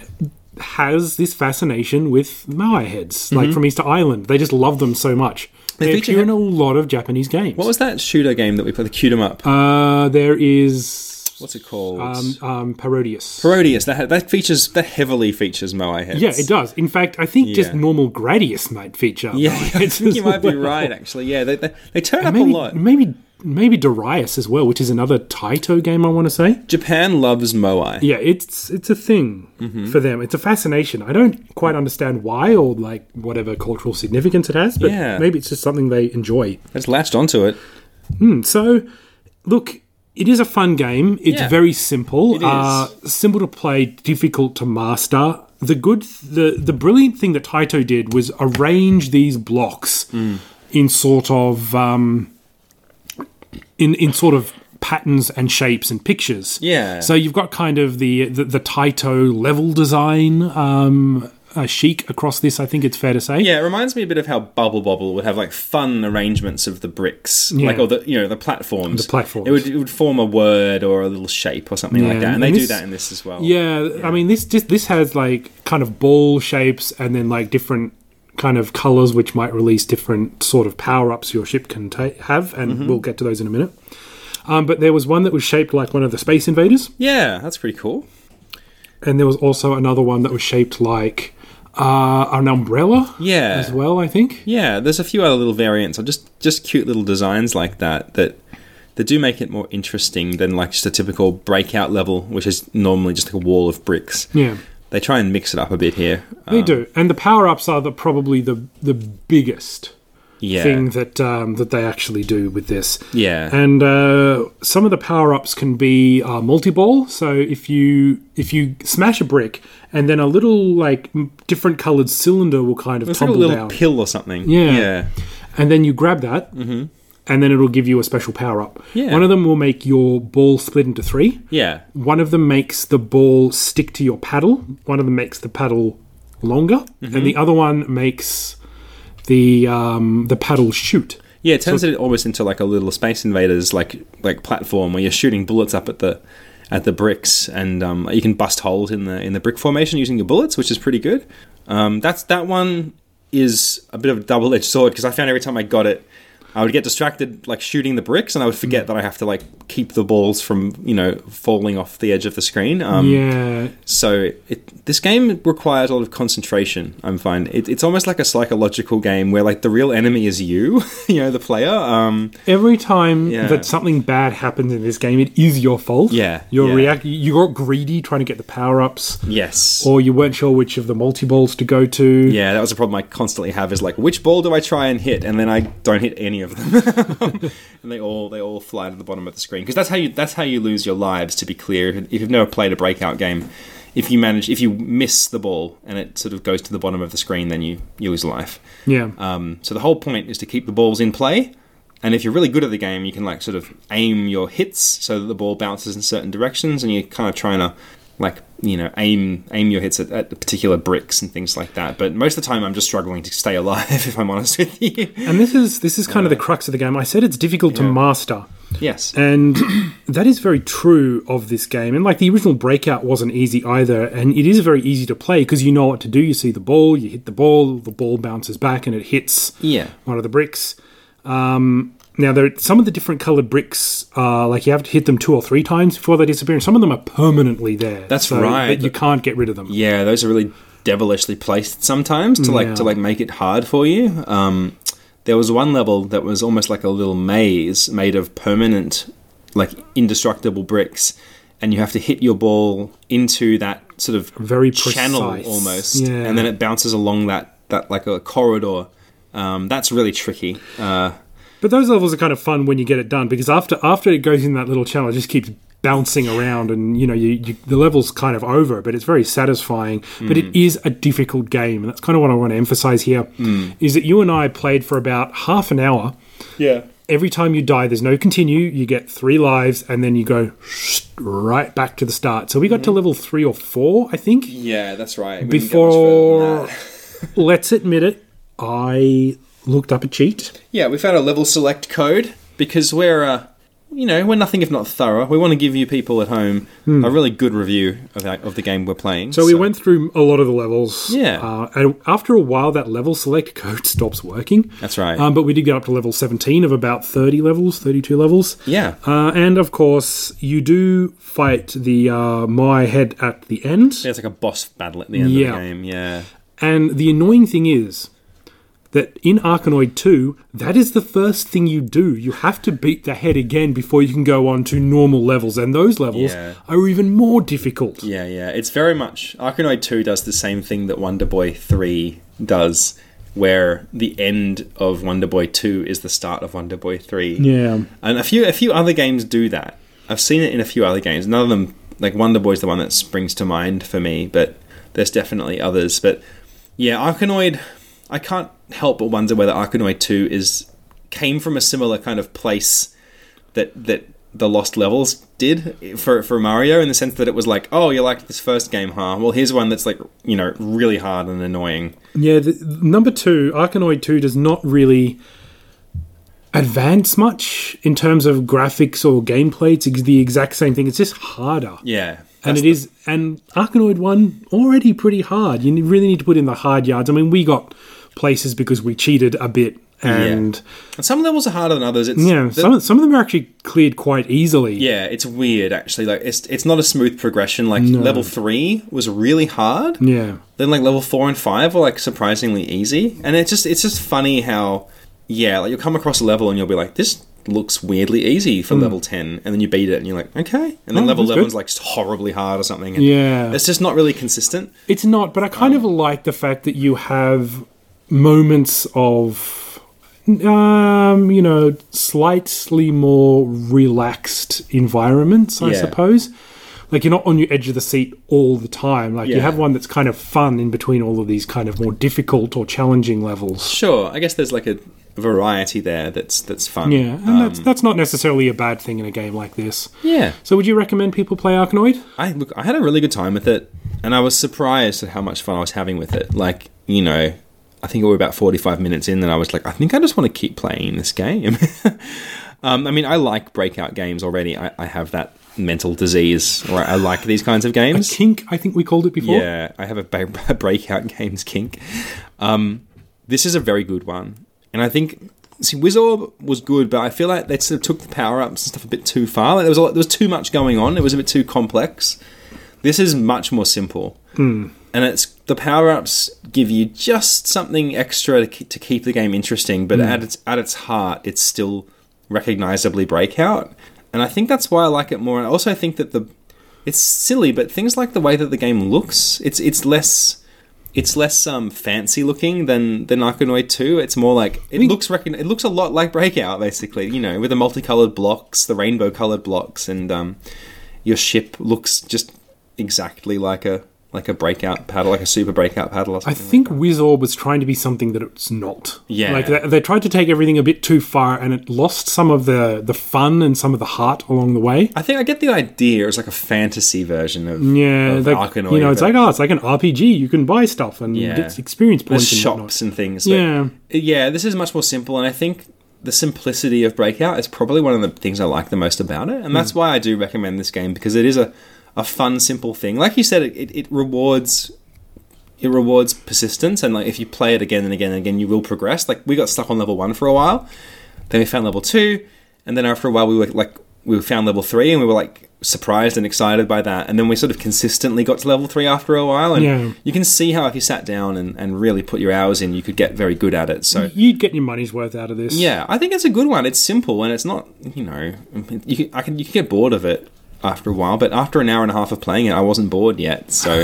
Speaker 3: has this fascination with Maui heads, like from Easter Island. They just love them so much. They,
Speaker 2: Mm-hmm. feature-
Speaker 3: appear in a lot of Japanese games.
Speaker 2: What was that shooter game that we played? The cute 'em up.
Speaker 3: uh, there is
Speaker 2: What's it called?
Speaker 3: um, um, Parodius.
Speaker 2: Parodius. That ha- that features that heavily features moai heads.
Speaker 3: yeah, it does. In fact, I think just
Speaker 2: Yeah.
Speaker 3: normal Gradius might feature.
Speaker 2: Yeah,
Speaker 3: Maui
Speaker 2: I
Speaker 3: heads
Speaker 2: think
Speaker 3: as
Speaker 2: you might be
Speaker 3: well.
Speaker 2: right. Actually, yeah, they they, they turn up
Speaker 3: Maybe,
Speaker 2: a lot.
Speaker 3: maybe maybe Darius as well, which is another Taito game I want to say.
Speaker 2: Japan loves moai.
Speaker 3: Yeah, it's it's a thing for them. It's a fascination. I don't quite understand why or like whatever cultural significance it has, but
Speaker 2: Yeah.
Speaker 3: maybe it's just something they enjoy.
Speaker 2: It's latched onto it.
Speaker 3: And Hmm, so, look, it is a fun game. It's
Speaker 2: Yeah.
Speaker 3: very simple. It
Speaker 2: is.
Speaker 3: Uh, simple to play, difficult to master. The good, the the brilliant thing that Taito did was arrange these blocks
Speaker 2: Hmm.
Speaker 3: in sort of um, in in sort of patterns and shapes and pictures.
Speaker 2: Yeah.
Speaker 3: So you've got kind of the the, the Taito level design um, uh, chic across this. I think it's fair to say.
Speaker 2: Yeah, it reminds me a bit of how Bubble Bobble would have like fun arrangements of the bricks, like or the you know the platforms.
Speaker 3: The platforms.
Speaker 2: It would it would form a word or a little shape or something like
Speaker 3: Yeah,
Speaker 2: that, and,
Speaker 3: and
Speaker 2: they do
Speaker 3: this-
Speaker 2: that in this as well.
Speaker 3: Yeah, I mean this just this has like kind of ball shapes and then like different kind of colors which might release different sort of power ups your ship can ta- have, and we'll get to those in a minute. Um, but there was one that was shaped like one of the Space Invaders,
Speaker 2: Yeah, that's pretty cool.
Speaker 3: and there was also another one that was shaped like uh, an umbrella
Speaker 2: Yeah.
Speaker 3: as well, I think.
Speaker 2: Yeah, there's a few other little variants or just just cute little designs like that that that do make it more interesting than like just a typical breakout level, which is normally just like a wall of bricks.
Speaker 3: Yeah.
Speaker 2: They try and mix it up a bit here.
Speaker 3: They do, and the power ups are the, probably the the biggest
Speaker 2: Yeah.
Speaker 3: thing that um, that they actually do with this.
Speaker 2: Yeah.
Speaker 3: and uh, some of the power ups can be uh, multi ball. So if you if you smash a brick, and then a little like m- different coloured cylinder will kind of
Speaker 2: it's like a
Speaker 3: tumble
Speaker 2: little
Speaker 3: down,
Speaker 2: pill or something.
Speaker 3: Yeah.
Speaker 2: Yeah.
Speaker 3: and then you grab that. And then it'll give you a special power up.
Speaker 2: Mm-hmm. Yeah.
Speaker 3: One of them will make your ball split into three.
Speaker 2: Yeah.
Speaker 3: One of them makes the ball stick to your paddle. One of them makes the paddle longer,
Speaker 2: Mm-hmm.
Speaker 3: and the other one makes the um, the paddle shoot.
Speaker 2: Yeah, it turns it almost into like a little Space Invaders like like platform where you're shooting bullets up at the at the bricks, and um, you can bust holes in the in the brick formation using your bullets, which is pretty good. Um, that's that one is a bit of a double edged sword because I found every time I got it, I would get distracted like shooting the bricks, and I would forget that I have to like keep the balls from you know falling off the edge of the screen. Um,
Speaker 3: Yeah,
Speaker 2: so it, this game requires a lot of concentration. I'm fine. It, it's almost like a psychological game where like the real enemy is you, you know, the player. Um,
Speaker 3: every time
Speaker 2: Yeah.
Speaker 3: that something bad happens in this game, it is your fault.
Speaker 2: Yeah,
Speaker 3: you're
Speaker 2: yeah.
Speaker 3: react. You got greedy trying to get the power ups,
Speaker 2: yes.
Speaker 3: or you weren't sure which of the multi balls to go to.
Speaker 2: yeah, that was a problem I constantly have is like which ball do I try and hit, and then I don't hit any of them, and they all they all fly to the bottom of the screen because that's how you that's how you lose your lives. To be clear, if you've never played a breakout game, if you manage if you miss the ball and it sort of goes to the bottom of the screen, then you you lose life.
Speaker 3: Yeah.
Speaker 2: Um, so the whole point is to keep the balls in play. And if you're really good at the game, you can like sort of aim your hits so that the ball bounces in certain directions, and you're kind of trying to like you know aim aim your hits at, at particular bricks and things like that. But most of the time, I'm just struggling to stay alive. If I'm honest with you,
Speaker 3: and this is this is kind of the crux of the game. I said it's difficult to master.
Speaker 2: yes,
Speaker 3: And that is very true of this game. And like the original Breakout wasn't easy either. And it is very easy to play because you know what to do. You see the ball, you hit the ball, the ball bounces back and it hits
Speaker 2: Yeah.
Speaker 3: one of the bricks. Um, now, there, some of the different colored bricks are like you have to hit them two or three times before they disappear. And some of them are permanently there.
Speaker 2: That's
Speaker 3: so
Speaker 2: right.
Speaker 3: That you can't get rid of them.
Speaker 2: yeah, those are really devilishly placed sometimes to like
Speaker 3: Yeah.
Speaker 2: to like make it hard for you. Um, there was one level that was almost like a little maze made of permanent, like indestructible bricks, and you have to hit your ball into that sort of
Speaker 3: Very
Speaker 2: channel
Speaker 3: precise.
Speaker 2: almost,
Speaker 3: Yeah.
Speaker 2: and then it bounces along that that like a corridor. Um, that's really tricky. Uh,
Speaker 3: But those levels are kind of fun when you get it done because after after it goes in that little channel, it just keeps bouncing around, and you know you, you the level's kind of over, but it's very satisfying. But
Speaker 2: Mm.
Speaker 3: it is a difficult game, and that's kind of what I want to emphasize here: is
Speaker 2: Mm.
Speaker 3: that you and I played for about half an hour.
Speaker 2: yeah,
Speaker 3: Every time you die, there's no continue. You get three lives, and then you go right back to the start. So we got to level three or four, I think.
Speaker 2: yeah, that's right. We Mm-hmm. didn't get much further than that.
Speaker 3: Before, let's admit it, I looked up a cheat.
Speaker 2: Yeah, we found a level select code because we're, uh, you know, we're nothing if not thorough. We want to give you people at home a really good review of, that, of the game we're playing.
Speaker 3: Hmm. So we went through a lot of the levels.
Speaker 2: Yeah.
Speaker 3: Uh, and after a while, that level select code stops working.
Speaker 2: That's right.
Speaker 3: Um, but we did get up to level 17 of about 30 levels, 32 levels.
Speaker 2: Yeah.
Speaker 3: Uh, and of course, you do fight the uh, My Head at the end.
Speaker 2: There's like a boss battle at the end
Speaker 3: Yeah.
Speaker 2: of the game. Yeah.
Speaker 3: And the annoying thing is that in Arkanoid 2, that is the first thing you do. You have to beat the head again before you can go on to normal levels. And those levels
Speaker 2: Yeah.
Speaker 3: are even more difficult.
Speaker 2: Yeah, yeah. It's very much. Arkanoid 2 does the same thing that Wonder Boy 3 does, where the end of Wonder Boy 2 is the start of Wonder Boy 3.
Speaker 3: Yeah.
Speaker 2: And a few a few other games do that. I've seen it in a few other games. None of them like Wonder Boy's the one that springs to mind for me, but there's definitely others. But yeah, Arkanoid I can't help but wonder whether Arkanoid 2 is came from a similar kind of place that that the Lost Levels did for for Mario in the sense that it was like, oh, you liked this first game, huh? Well, here's one that's like, you know, really hard and annoying.
Speaker 3: Yeah, the, number two, Arkanoid 2 does not really advance much in terms of graphics or gameplay. It's ex- the exact same thing. It's just harder.
Speaker 2: Yeah.
Speaker 3: and it is, and Arkanoid 1 already pretty hard. You ne- really need to put in the hard yards. I mean, we got places because we cheated a bit and
Speaker 2: And some levels are harder than others. It's,
Speaker 3: yeah,
Speaker 2: the-
Speaker 3: some some of them are actually cleared quite easily.
Speaker 2: yeah, it's weird actually. Like it's it's not a smooth progression. Like level three was really hard.
Speaker 3: yeah,
Speaker 2: Then like level four and five were like surprisingly easy. And it's just it's just funny how yeah, like you'll come across a level and you'll be like, this looks weirdly easy for level ten, and then you beat it and you're like, okay. And then
Speaker 3: Hmm. Oh,
Speaker 2: level
Speaker 3: that's good.
Speaker 2: eleven's like just horribly hard or something. And
Speaker 3: Yeah.
Speaker 2: it's just not really consistent.
Speaker 3: It's not, but I kind of like the fact that you have moments of, um, you know, slightly more relaxed environments, I
Speaker 2: Yeah.
Speaker 3: suppose. Like you're not on your edge of the seat all the time. Like you
Speaker 2: Yeah.
Speaker 3: have one that's kind of fun in between all of these kind of more difficult or challenging levels.
Speaker 2: Sure, I guess there's like a variety there that's that's fun.
Speaker 3: Yeah, and that's that's not necessarily a bad thing in a game like this.
Speaker 2: Yeah.
Speaker 3: So, would you recommend people play Arkanoid?
Speaker 2: I look, I had a really good time with it, and I was surprised at how much fun I was having with it. Like, you know, I think we were about forty-five minutes in, and I was like, I think I just want to keep playing this game. um, I mean, I like breakout games already. I, I have that mental disease, or I like these kinds of games.
Speaker 3: Kink, I think we called it before.
Speaker 2: Yeah, I have a ba- breakout games kink. Um, this is a very good one, and I think see Wizorb was good, but I feel like they sort of took the power ups and stuff a bit too far. Like there was a lot, there was too much going on. It was a bit too complex. This is much more simple, and it's the power ups give you just something extra to keep, to keep the game interesting. But at its at its heart, it's still recognizably breakout, and I think that's why I like it more. And I also think that the it's silly, but things like the way that the game looks, it's it's less it's less um, fancy looking than than Arkanoid Two. It's more like it looks recogn- it looks a lot like Breakout, basically. You know, with the multicolored blocks, the rainbow colored blocks, and um, your ship looks just exactly like a like a Breakout paddle, like a Super Breakout paddle. Or
Speaker 3: I
Speaker 2: something.
Speaker 3: think Wizorb was trying to be something that it's not.
Speaker 2: Yeah.
Speaker 3: like they, they tried to take everything a bit too far, and it lost some of the the fun and some of the heart along the way.
Speaker 2: I think I get the idea. It's like a fantasy version of
Speaker 3: Yeah,
Speaker 2: of
Speaker 3: like,
Speaker 2: Arkanoid,
Speaker 3: you know, it's
Speaker 2: but
Speaker 3: like oh, it's like an RPG. You can buy stuff and
Speaker 2: Yeah.
Speaker 3: get experience
Speaker 2: there's
Speaker 3: points and whatnot.
Speaker 2: shops and things. but-
Speaker 3: Yeah.
Speaker 2: yeah, this is much more simple, and I think the simplicity of Breakout is probably one of the things I like the most about it, and that's
Speaker 3: Hmm.
Speaker 2: why I do recommend this game because it is a, a fun, simple thing. Like you said, it, it, it rewards it rewards persistence, and like if you play it again and again and again, you will progress. Like we got stuck on level one for a while, then we found level two, and then after a while, we were like we found level three, and we were like surprised and excited by that, and then we sort of consistently got to level three after a while, and
Speaker 3: Yeah.
Speaker 2: you can see how if you sat down and, and really put your hours in, you could get very good at it. So
Speaker 3: You'd get your money's worth out of this.
Speaker 2: yeah, I think it's a good one. It's simple and it's not, you know, you can, I can you can get bored of it after a while, but after an hour and a half of playing it, I wasn't bored yet. So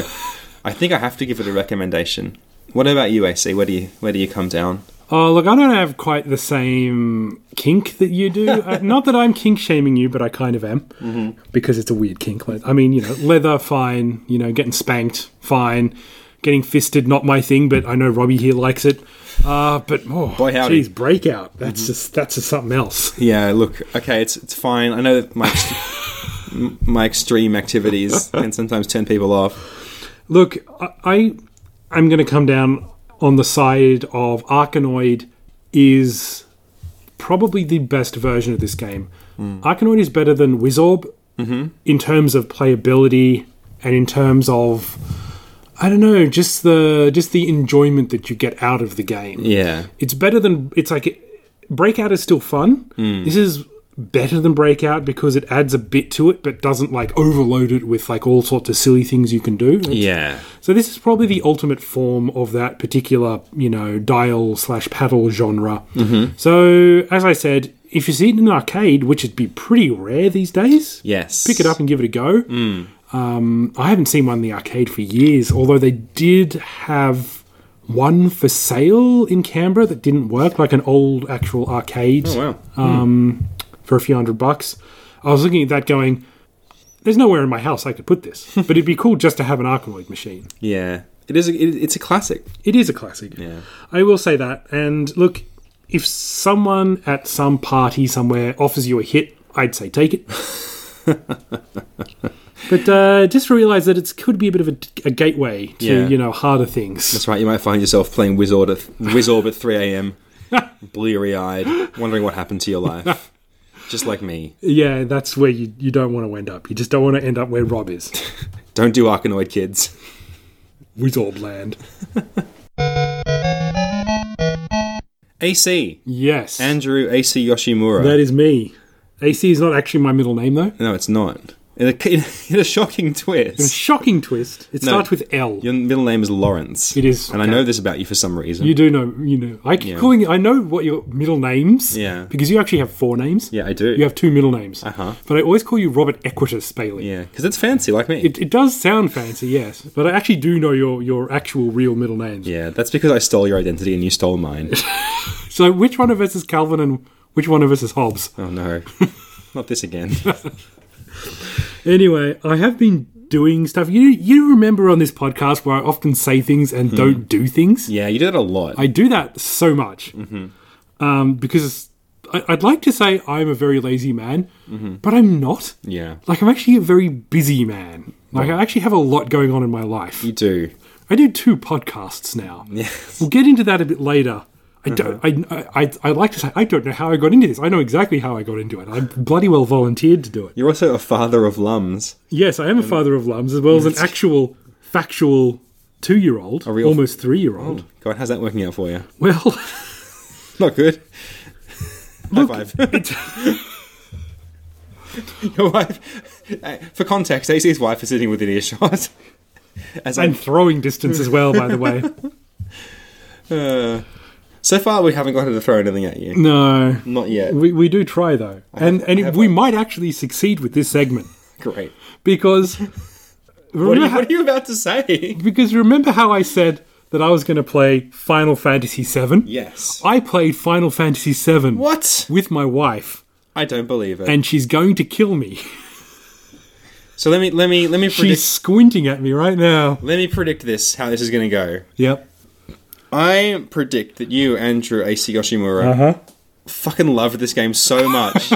Speaker 2: I think I have to give it a recommendation. What about you, AC? Where do you where do you come down?
Speaker 3: Oh, look, I don't have quite the same kink that you do. uh, not that I'm kink shaming you, but I kind of am
Speaker 2: Mm-hmm.
Speaker 3: because it's a weird kink. Like, I mean, you know, leather, fine. You know, getting spanked, fine. Getting fisted, not my thing, but I know Robbie here likes it. Uh, but oh,
Speaker 2: Boy, howdy. Mm-hmm.
Speaker 3: geez, breakout. That's just that's just something else.
Speaker 2: Yeah, look, okay, it's it's fine. I know that my ext- m- my extreme activities can sometimes turn people off.
Speaker 3: Look, I, I I'm going to come down on the side of Arkanoid is probably the best version of this game. Arkanoid is better than Wizorb in terms of playability and in terms of I don't know, just the just the enjoyment that you get out of the game
Speaker 2: Yeah,
Speaker 3: it's better than it's like breakout is still fun this is better than breakout because it adds a bit to it but doesn't like overload it with like all sorts of silly things you can do
Speaker 2: yeah,
Speaker 3: so this is probably the ultimate form of that particular you know dial slash paddle genre
Speaker 2: Mm-hmm.
Speaker 3: so as i said if you see it in an arcade which would be pretty rare these days
Speaker 2: yes. Mm.
Speaker 3: pick it up and give it a go. Um, I haven't seen one in the arcade for years, although they did have one for sale in Canberra that didn't work, like an old actual arcade
Speaker 2: Oh, wow.
Speaker 3: for a few hundred bucks. I was looking at that going, there's nowhere in my house I could put this, but it'd be cool just to have an Arkanoid machine.
Speaker 2: Yeah, it is. A, it, it's a classic.
Speaker 3: It is a classic.
Speaker 2: Yeah.
Speaker 3: I will say that. And look, if someone at some party somewhere offers you a hit, I'd say take it. but uh, just realize that it could be a bit of a, a gateway to
Speaker 2: Yeah.
Speaker 3: you know harder things.
Speaker 2: That's right. You might find yourself playing Wizard at Wizorb at 3 a.m., bleary eyed, wondering what happened to your life. Just like me.
Speaker 3: Yeah, that's where you, you don't want to end up. You just don't want to end up where Rob is,
Speaker 2: Don't do Arkanoid, kids.
Speaker 3: Wizorb Land.
Speaker 2: AC.
Speaker 3: Yes.
Speaker 2: Andrew AC Yoshimura.
Speaker 3: that is me. AC is not actually my middle name, though.
Speaker 2: no, it's not. In a, in a shocking
Speaker 3: In a
Speaker 2: twist,
Speaker 3: shocking twist, it
Speaker 2: No.
Speaker 3: starts with L.
Speaker 2: your middle name is Lawrence.
Speaker 3: It is.
Speaker 2: And I know this about you for some reason.
Speaker 3: You do know, you know. I keep
Speaker 2: Yeah.
Speaker 3: calling. I know what your middle names.
Speaker 2: Yeah.
Speaker 3: Because you actually have four names.
Speaker 2: Yeah, I do.
Speaker 3: You have two middle names. Uh
Speaker 2: Uh-huh.
Speaker 3: But I always call you Robert Equitus Bailey.
Speaker 2: yeah, because it's fancy, like me.
Speaker 3: It, it does sound fancy, yes, but I actually do know your your actual real middle names.
Speaker 2: yeah, that's because I stole your identity and you stole mine.
Speaker 3: So which one of us is Calvin and which one of us is Hobbes?
Speaker 2: oh no, not this again.
Speaker 3: Anyway, I have been doing stuff. You you remember on this podcast where I often say things and don't do things.
Speaker 2: Hmm. yeah, Mm-hmm. you do that a lot.
Speaker 3: I do that so much um, because I, I'd like to say I'm a very lazy man, but I'm not.
Speaker 2: Mm-hmm. yeah,
Speaker 3: Like I'm actually a very busy man. Like I actually have a lot going on in my life.
Speaker 2: you do.
Speaker 3: I do two podcasts now.
Speaker 2: Yes. Uh-huh.
Speaker 3: We'll get into that a bit later. I don't. I, I I like to say I don't know how I got into this. I know exactly how I got into it. I bloody well volunteered to do it.
Speaker 2: You're also a father of lums.
Speaker 3: Yes, I am a father of lums as well as an actual factual two-year-old,
Speaker 2: real- Mm.
Speaker 3: almost three-year-old.
Speaker 2: God, how's that working out for you?
Speaker 3: Well,
Speaker 2: Not good. High five. Your wife, eh, for context, AC's wife is sitting within earshot. As I,
Speaker 3: and throwing distance as well. By the way,
Speaker 2: uh, so far, we haven't gotten to throw anything at you.
Speaker 3: no,
Speaker 2: Not yet.
Speaker 3: we we do try though, and and
Speaker 2: have
Speaker 3: we
Speaker 2: one.
Speaker 3: might actually succeed with this segment
Speaker 2: Great.
Speaker 3: because.
Speaker 2: What are,
Speaker 3: remember
Speaker 2: you,
Speaker 3: how-
Speaker 2: what are you about to say?
Speaker 3: Because remember how I said that I was going to play Final Fantasy VII?
Speaker 2: Yes.
Speaker 3: I played Final Fantasy VII
Speaker 2: What?
Speaker 3: with my wife,
Speaker 2: I don't believe it.
Speaker 3: and she's going to kill me.
Speaker 2: so let me let me let me predict,
Speaker 3: She's squinting at me right now.
Speaker 2: let me predict this how this is going to go.
Speaker 3: Yep.
Speaker 2: I predict that you, Andrew AC Yoshimura, fucking loved this game so much.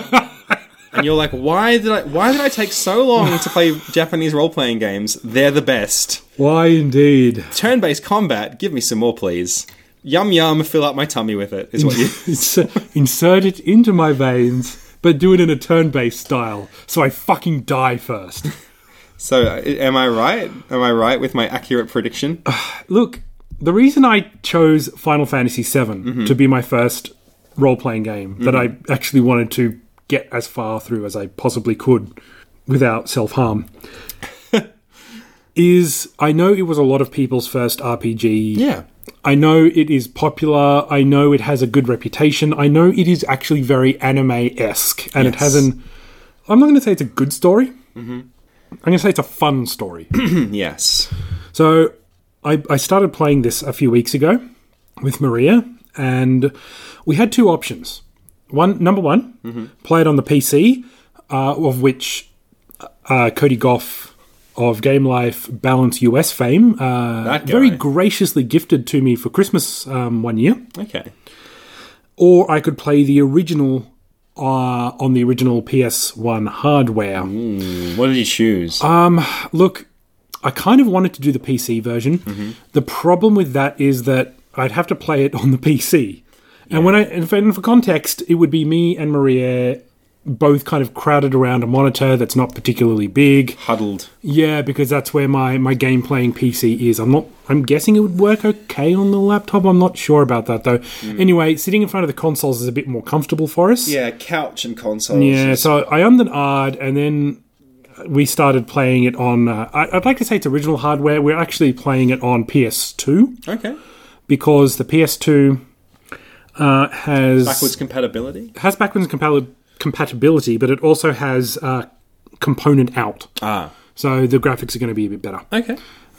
Speaker 2: and you're like, why did I why did I take so long to play Japanese role playing games? They're the best.
Speaker 3: Why indeed?
Speaker 2: Turn based combat, give me some more please. Yum yum, fill up my tummy with it is what you
Speaker 3: Ins- Insert it into my veins, but do it in a turn based style, so I fucking die first.
Speaker 2: So uh, am I right? Am I right with my accurate prediction?
Speaker 3: Look, the reason I chose Final Fantasy VII
Speaker 2: Mm-hmm.
Speaker 3: to be my first role playing game that I actually wanted to get as far through as I possibly could without self harm is I know it was a lot of people's first RPG.
Speaker 2: Yeah.
Speaker 3: I know it is popular. I know it has a good reputation. I know it is actually very anime esque, and it
Speaker 2: Yes.
Speaker 3: has an. I'm not going to say it's a good story. Mm-hmm. I'm going to say it's a fun story.
Speaker 2: Mm, Yes.
Speaker 3: So I, I started playing this a few weeks ago with Maria, and we had two options. One number one, play it on the PC, uh, of which uh, Cody Goff of Game Life Balance US fame, uh,
Speaker 2: That guy.
Speaker 3: very graciously gifted to me for Christmas um, one year,
Speaker 2: Okay.
Speaker 3: or I could play the original uh, on the original PS1 hardware.
Speaker 2: What did you choose?
Speaker 3: Look, I kind of wanted to do the PC version. The problem with that is that I'd have to play it on the PC. And when I, and for, and for context, it would be me and Maria both kind of crowded around a monitor that's not particularly big.
Speaker 2: Huddled.
Speaker 3: Yeah, because that's where my my game playing PC is. I'm not. I'm guessing it would work okay on the laptop. I'm not sure about that though. Anyway, sitting in front of the consoles is a bit more comfortable for us.
Speaker 2: Yeah, couch and consoles.
Speaker 3: Yeah, so I owned an odd, and then we started playing it on. Uh, I, I'd like to say it's original hardware. We're actually playing it on PS2
Speaker 2: Okay.
Speaker 3: because the PS2 uh, has
Speaker 2: Backwards compatibility.
Speaker 3: has backwards compati- compatibility, but it also has uh, component out.
Speaker 2: Ah.
Speaker 3: So the graphics are going to be a bit better.
Speaker 2: Okay.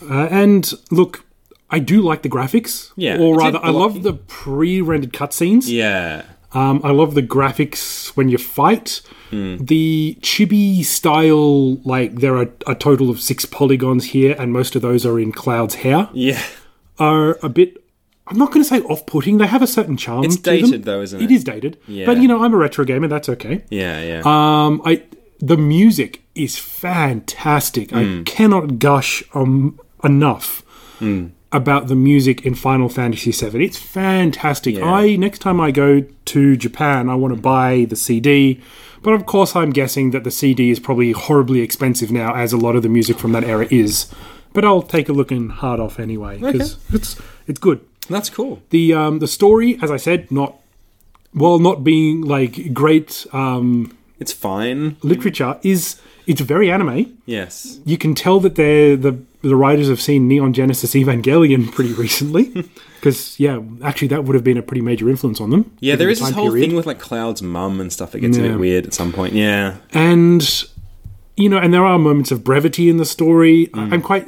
Speaker 3: Uh, and look, I do like the graphics.
Speaker 2: Yeah,
Speaker 3: Or
Speaker 2: it's a
Speaker 3: rather, I love the pre-rendered cutscenes.
Speaker 2: Yeah.
Speaker 3: Um, I love the graphics when you fight.
Speaker 2: Hmm.
Speaker 3: The chibi style, like there are a total of six polygons here, and most of those are in Cloud's hair,
Speaker 2: Yeah.
Speaker 3: are a bit. I'm not going to say off-putting. They have a certain charm.
Speaker 2: It's
Speaker 3: to them.
Speaker 2: dated though, isn't it?
Speaker 3: It is dated.
Speaker 2: Yeah.
Speaker 3: But you know, I'm a retro gamer. That's okay.
Speaker 2: Yeah, yeah.
Speaker 3: Um, I the music is fantastic. I cannot gush um enough about the music in Final Fantasy VII. It's fantastic.
Speaker 2: Yeah.
Speaker 3: I next time I go to Japan, I want to buy the CD. But of course, I'm guessing that the CD is probably horribly expensive now, as a lot of the music from that era is. But I'll take a look and hard off anyway because it's it's good.
Speaker 2: That's cool.
Speaker 3: The um, the story, as I said, not while not being like great um,
Speaker 2: It's fine.
Speaker 3: literature, is it's very anime.
Speaker 2: Yes.
Speaker 3: you can tell that they're the the writers have seen Neon Genesis Evangelion pretty recently, because yeah, actually that would have been a pretty major influence on them.
Speaker 2: Yeah,
Speaker 3: given
Speaker 2: there
Speaker 3: the
Speaker 2: is this
Speaker 3: time
Speaker 2: whole
Speaker 3: period.
Speaker 2: thing with like Cloud's mum and stuff that gets a
Speaker 3: Yeah.
Speaker 2: bit weird at some point. Yeah.
Speaker 3: and you know, and there are moments of brevity in the story.
Speaker 2: Mm.
Speaker 3: I- I'm quite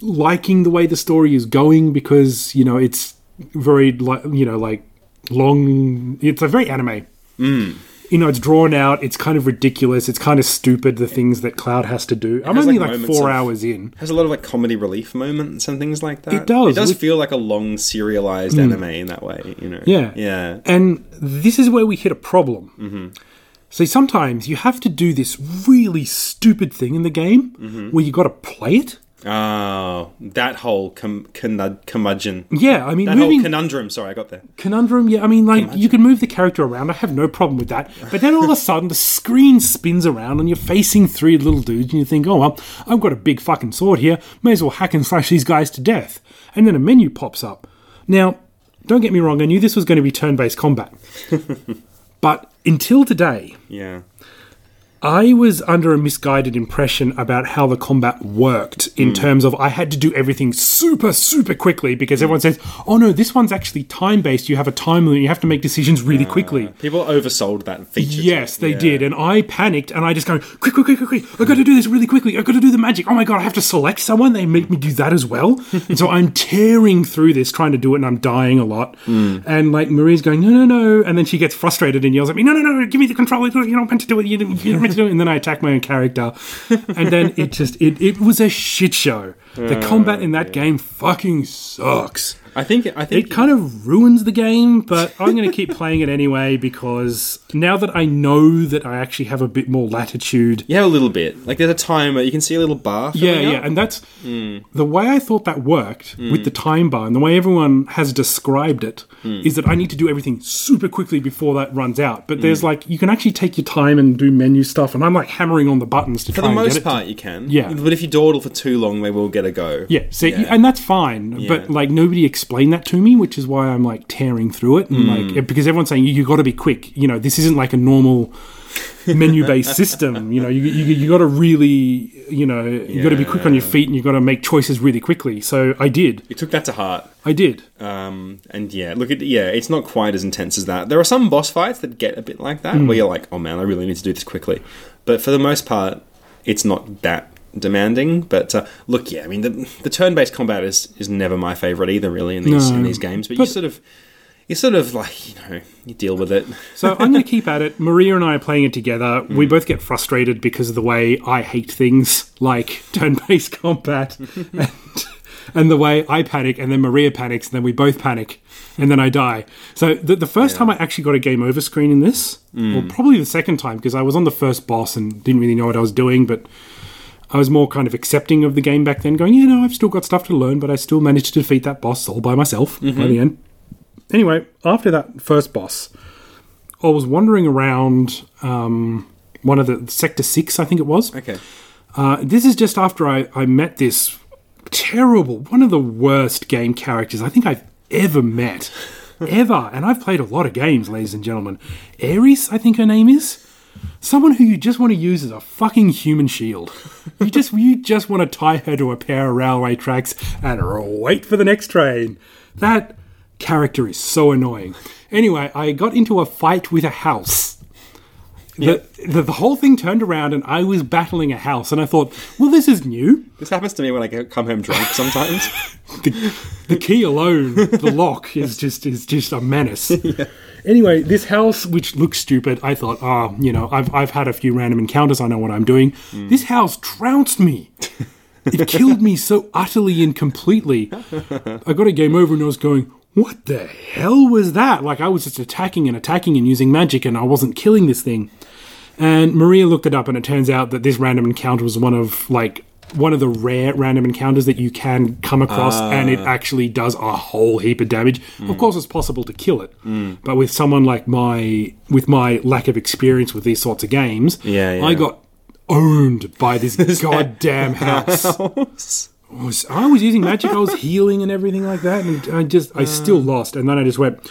Speaker 3: liking the way the story is going because you know it's very like you know like long. It's a very anime.
Speaker 2: Mm.
Speaker 3: You know, it's drawn out. It's kind of ridiculous. It's kind of stupid. The things that Cloud has to do. I'm
Speaker 2: has,
Speaker 3: only
Speaker 2: like,
Speaker 3: like
Speaker 2: moments
Speaker 3: four
Speaker 2: of-
Speaker 3: hours in.
Speaker 2: Has a lot of like comedy relief moments and things like that.
Speaker 3: It does.
Speaker 2: It does
Speaker 3: With-
Speaker 2: feel like a long serialized anime in that way, you know.
Speaker 3: Yeah.
Speaker 2: Yeah.
Speaker 3: And this is where we hit a problem. Mm-hmm. So sometimes you have to do this really stupid thing in the game
Speaker 2: Mm-hmm.
Speaker 3: where you got to play it.
Speaker 2: Oh, that whole cum- cunnud- curmudgeon.
Speaker 3: Yeah, I mean,
Speaker 2: That
Speaker 3: Mm. moving
Speaker 2: whole conundrum. Sorry, I got there.
Speaker 3: conundrum. Yeah, I mean, like you can move the character around. I have no problem with that. But then all of a sudden, the screen spins around and you're facing three little dudes, and you think, oh well, I've got a big fucking sword here. May as well hack and slash these guys to death. And then a menu pops up. Now, don't get me wrong. I knew this was going to be turn-based combat, but until today.
Speaker 2: Yeah.
Speaker 3: I was under a misguided impression about how the combat worked in terms of I had to do everything super, super quickly because everyone says, oh no, this one's actually time based. You have a time limit. You have to make decisions really quickly.
Speaker 2: People oversold that feature.
Speaker 3: Yes, they
Speaker 2: Yeah.
Speaker 3: did. And I panicked and I just go, quick, quick, quick, quick, quick. i got to do this really quickly. i got to do the magic. Oh my God, I have to select someone. They make me do that as well. and so I'm tearing through this, trying to do it, and I'm dying a lot. And like Marie's going, no, no, no. And then she gets frustrated and yells at me, no, no, no, give me the controller. You're not meant to do it. You're not meant to do it. And then I attack my own character. And then it just, it, it was a shit show. The combat in that game fucking sucks.
Speaker 2: I think. I think.
Speaker 3: It kind of ruins the game, but I'm going to keep playing it anyway because now that I know that I actually have a bit more latitude.
Speaker 2: yeah, a little bit. Like there's a timer. You can see a little bar.
Speaker 3: Yeah,
Speaker 2: filling up.
Speaker 3: yeah, and that's the way I thought that worked with the time bar and the way everyone has described it is that I need to do everything super quickly before that runs out. But there's like you can actually take your time and do menu stuff, and I'm like hammering on the buttons to
Speaker 2: For
Speaker 3: try
Speaker 2: the
Speaker 3: and get
Speaker 2: most
Speaker 3: it to-
Speaker 2: part, you can.
Speaker 3: Yeah.
Speaker 2: But if you dawdle for too long, they will get a go.
Speaker 3: Yeah, so and that's fine, but like nobody explained that to me, which is why I'm like tearing through it, and like because everyone's saying you, you got to be quick. You know, this isn't like a normal menu-based system. You know, you you, you got to really, you know, you got to be quick on your feet, and you got to make choices really quickly. So I did,
Speaker 2: You took that to heart.
Speaker 3: I did.
Speaker 2: Um, and yeah, look at yeah, it's not quite as intense as that. There are some boss fights that get a bit like that,
Speaker 3: Hmm.
Speaker 2: where you're like, oh man, I really need to do this quickly. But for the most part, it's not that demanding. But uh, look, yeah, I mean, the, the turn-based combat is is never my favorite either, really, in these in
Speaker 3: No.
Speaker 2: these games. But, you
Speaker 3: But-
Speaker 2: sort of, you sort of like, you know, you deal with it.
Speaker 3: So I'm going to keep at it. Maria and I are playing it together. We both get frustrated because of the way I hate things like turn-based combat, and, and the way I panic, and then Maria panics, and then we both panic, and then I die. So the, the first time I actually got a game over screen in this, or probably the second time, because I was on the first boss and didn't really know what I was doing, but I was more kind of accepting of the game back then, going, you know, I've still got stuff to learn, but I still managed to defeat that boss all by myself by the end. Anyway, after that first boss, I was wandering around um, one of the sector six, I think it was.
Speaker 2: Okay.
Speaker 3: Uh, this is just after I, I met this terrible, one of the worst game characters I think I've ever met. ever. And I've played a lot of games, ladies and gentlemen. Ares, I think her name is. Someone who you just want to use as a fucking human shield. You just you just want to tie her to a pair of railway tracks and r- wait for the next train. That character is so annoying. Anyway, I got into a fight with a house. The, the, the whole thing turned around and I was battling a house and I thought, well, this is new.
Speaker 2: This happens to me when I go- come home drunk sometimes.
Speaker 3: The, the key alone, the lock is just is just a menace. Anyway, this house, which looks stupid, I thought, ah, you know, I've, I've had a few random encounters. I know what I'm doing. This house trounced me. It killed me so utterly and completely. I got a game over and I was going, what the hell was that? Like, I was just attacking and attacking and using magic and I wasn't killing this thing. And Maria looked it up, and it turns out that this random encounter was one of like one of the rare random encounters that you can come across, and it actually does a whole heap of damage. Of course, it's possible to kill it, but with someone like my with my lack of experience with these sorts of games,
Speaker 2: Yeah, yeah.
Speaker 3: I got owned by this goddamn house. I was, I was using magic. I was healing and everything like that, and I just I still lost. And then I just went,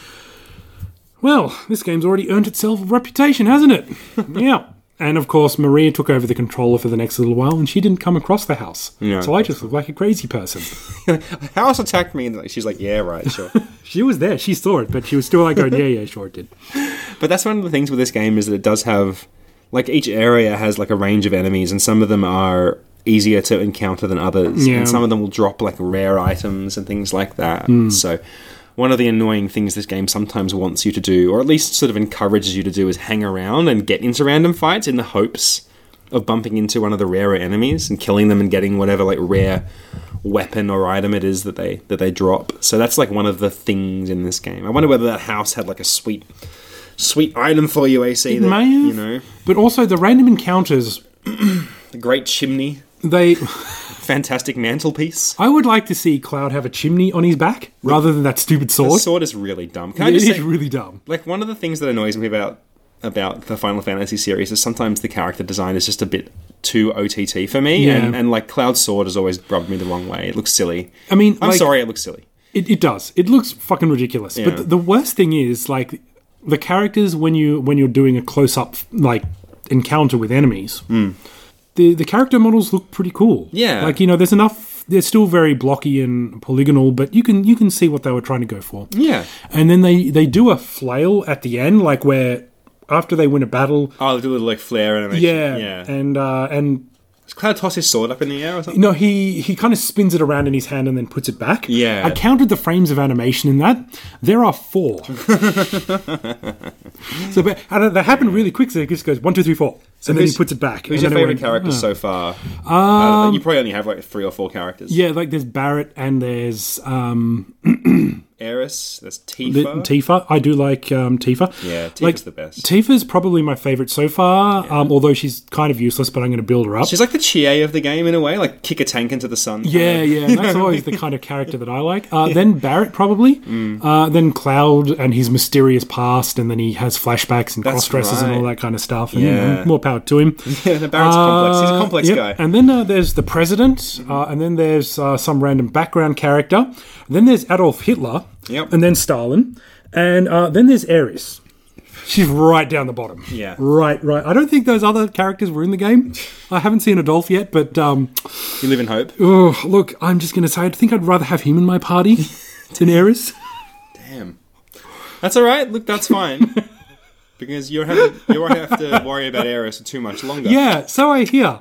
Speaker 3: well, this game's already earned itself a reputation, hasn't it? yeah. And of course, Maria took over the controller for the next little while, and she didn't come across the house.
Speaker 2: Yeah.
Speaker 3: so I just looked like a crazy person.
Speaker 2: House attacked me, and like, she's like, "Yeah, right, sure."
Speaker 3: She was there. She saw it, but she was still like, going, yeah, yeah, sure it did.
Speaker 2: But that's one of the things with this game is that it does have like each area has like a range of enemies and some of them are easier to encounter than others
Speaker 3: Yeah.
Speaker 2: and some of them will drop like rare items and things like that. So one of the annoying things this game sometimes wants you to do or at least sort of encourages you to do is hang around and get into random fights in the hopes of bumping into one of the rarer enemies and killing them and getting whatever like rare weapon or item it is that they that they drop. So that's like one of the things in this game. I wonder whether that house had like a sweet sweet item for you, AC. that,
Speaker 3: may have.
Speaker 2: You know,
Speaker 3: But also the random encounters.
Speaker 2: the great chimney,
Speaker 3: They,
Speaker 2: fantastic mantelpiece.
Speaker 3: I would like to see Cloud have a chimney on his back rather than that stupid
Speaker 2: The
Speaker 3: sword.
Speaker 2: sword is really dumb. Can I
Speaker 3: It
Speaker 2: just
Speaker 3: is
Speaker 2: say,
Speaker 3: really dumb.
Speaker 2: like, one of the things that annoys me about about the Final Fantasy series is sometimes the character design is just a bit too OTT for me,
Speaker 3: Yeah.
Speaker 2: and, and like Cloud Sword has always rubbed me the wrong way. It looks silly.
Speaker 3: I mean,
Speaker 2: I'm
Speaker 3: like,
Speaker 2: sorry, it looks silly.
Speaker 3: It, it does. It looks fucking ridiculous.
Speaker 2: Yeah.
Speaker 3: But th- the worst thing is like the characters when you when you're doing a close up like encounter with enemies. The the character models look pretty cool.
Speaker 2: Hmm. Yeah.
Speaker 3: Like you know, there's enough. They're still very blocky and polygonal, but you can you can see what they were trying to go for.
Speaker 2: Yeah.
Speaker 3: And then they they do a flail at the end, like where after they win a battle.
Speaker 2: Oh, the little like flare animation.
Speaker 3: Yeah,
Speaker 2: yeah.
Speaker 3: and uh, and
Speaker 2: Does Cloud toss his sword up in the air or something?
Speaker 3: no, he he kind of spins it around in his hand and then puts it back.
Speaker 2: Yeah.
Speaker 3: I counted the frames of animation in that. There are four. so, but and that happened really quick. So it just goes one, two, three, four, and then he
Speaker 2: who's-
Speaker 3: puts it back.
Speaker 2: Who's your
Speaker 3: and then it
Speaker 2: favorite
Speaker 3: went-
Speaker 2: character so far? Um, you probably only have like three or four characters.
Speaker 3: Yeah, like there's Barrett and there's um,
Speaker 2: Eris, there's
Speaker 3: Lit-
Speaker 2: Tifa.
Speaker 3: and Tifa. I do like um, Tifa.
Speaker 2: Yeah, Tifa's
Speaker 3: like,
Speaker 2: the best.
Speaker 3: Tifa's probably my favorite so far. Um, although she's kind of useless, but I'm going to build her up.
Speaker 2: She's like the Chie of the game in a way, like kick a tank into the sun.
Speaker 3: Yeah, yeah, and that's always the kind of character that I like. Uh, Then Barrett probably,
Speaker 2: Mm.
Speaker 3: uh, then Cloud and his mysterious past, and then he has flashbacks and
Speaker 2: That's
Speaker 3: cross dresses and all
Speaker 2: right.
Speaker 3: that kind of stuff. And, you
Speaker 2: Yeah.
Speaker 3: know, more power to him.
Speaker 2: Yeah, no, Barrett's complex. He's a
Speaker 3: Uh,
Speaker 2: complex
Speaker 3: yep.
Speaker 2: guy. Mm-hmm.
Speaker 3: And then uh, there's the president, uh, and then there's uh, some random background character. And then there's Adolf Hitler,
Speaker 2: Yep.
Speaker 3: and then Stalin, and uh, then there's Ares. She's right down the bottom.
Speaker 2: Yeah.
Speaker 3: Right, right. I don't think those other characters were in the game. I haven't seen Adolf yet, but um,
Speaker 2: You live in hope.
Speaker 3: Oh, look, I'm just going to say, I think I'd rather have him in my party than Eris.
Speaker 2: Damn. That's all right. Look, that's fine. because you're having, you won't have to worry about Eris too much longer.
Speaker 3: Yeah, so I hear.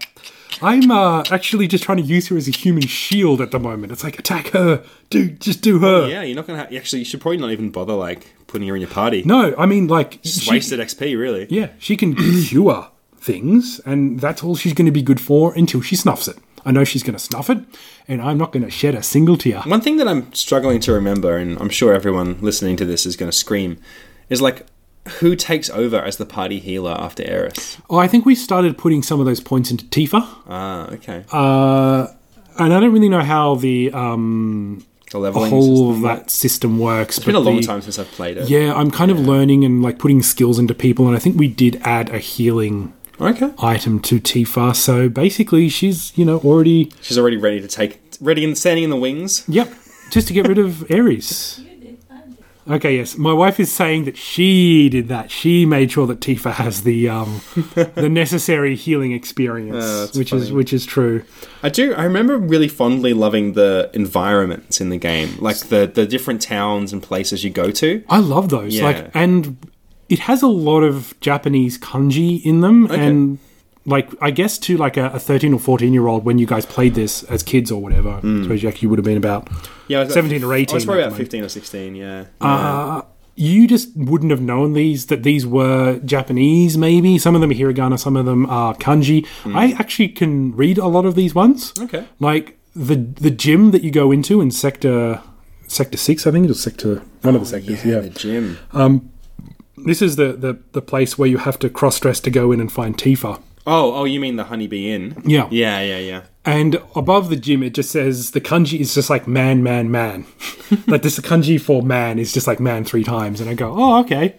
Speaker 3: I'm uh, actually just trying to use her as a human shield at the moment. It's like, attack her. Do, just do her.
Speaker 2: Yeah, you're not gonna. Ha- actually, you should probably not even bother like putting her in your party.
Speaker 3: No, I mean, like,
Speaker 2: It's
Speaker 3: she,
Speaker 2: wasted XP, really.
Speaker 3: yeah, she can cure things, and that's all she's going to be good for until she snuffs it. I know she's going to snuff it, and I'm not going to shed a single tear.
Speaker 2: One thing that I'm struggling to remember, and I'm sure everyone listening to this is going to scream, is like, who takes over as the party healer after Eris?
Speaker 3: Oh, I think we started putting some of those points into Tifa,
Speaker 2: Ah, okay.
Speaker 3: Uh, and I don't really know how the um,
Speaker 2: the leveling
Speaker 3: whole
Speaker 2: system.
Speaker 3: of that system works.
Speaker 2: It's been a long
Speaker 3: the,
Speaker 2: time since I've played it.
Speaker 3: Yeah, I'm kind of learning and like putting skills into people, and I think we did add a healing
Speaker 2: Okay.
Speaker 3: item to Tifa. So basically, she's you know already
Speaker 2: She's already ready to take, ready and standing in the wings.
Speaker 3: yep, just to get rid of Ares. Okay, yes, my wife is saying that she did that. She made sure that Tifa has the um, the necessary healing experience,
Speaker 2: Oh, that's
Speaker 3: which is
Speaker 2: funny.
Speaker 3: which is true.
Speaker 2: I do. I remember really fondly loving the environments in the game, like the the different towns and places you go to.
Speaker 3: I love those.
Speaker 2: Yeah.
Speaker 3: Like and it has a lot of Japanese kanji in them and like I guess to like a, a thirteen or fourteen year old when you guys played this as kids or whatever.
Speaker 2: Mm.
Speaker 3: I suppose Jack you would have been about
Speaker 2: Yeah, I was about-
Speaker 3: seventeen or eighteen.
Speaker 2: I
Speaker 3: Ah,
Speaker 2: was probably about
Speaker 3: at the moment.
Speaker 2: fifteen or sixteen. Yeah.
Speaker 3: You just wouldn't have known these that these were Japanese maybe. Some of them are hiragana, some of them are kanji. I actually can read a lot of these ones.
Speaker 2: Mm. Okay.
Speaker 3: Like the the gym that you go into in sector sector six, I think it was sector one of the sectors, yeah.
Speaker 2: The gym.
Speaker 3: This is the, the, the place where you have to cross dress to go in and find Tifa.
Speaker 2: Oh, oh, you mean the Honeybee Inn?
Speaker 3: Yeah.
Speaker 2: Yeah, yeah, yeah.
Speaker 3: And above the gym, it just says the kanji is just like man, man, man. like this kanji for man is just like man three times. And I go, oh, okay.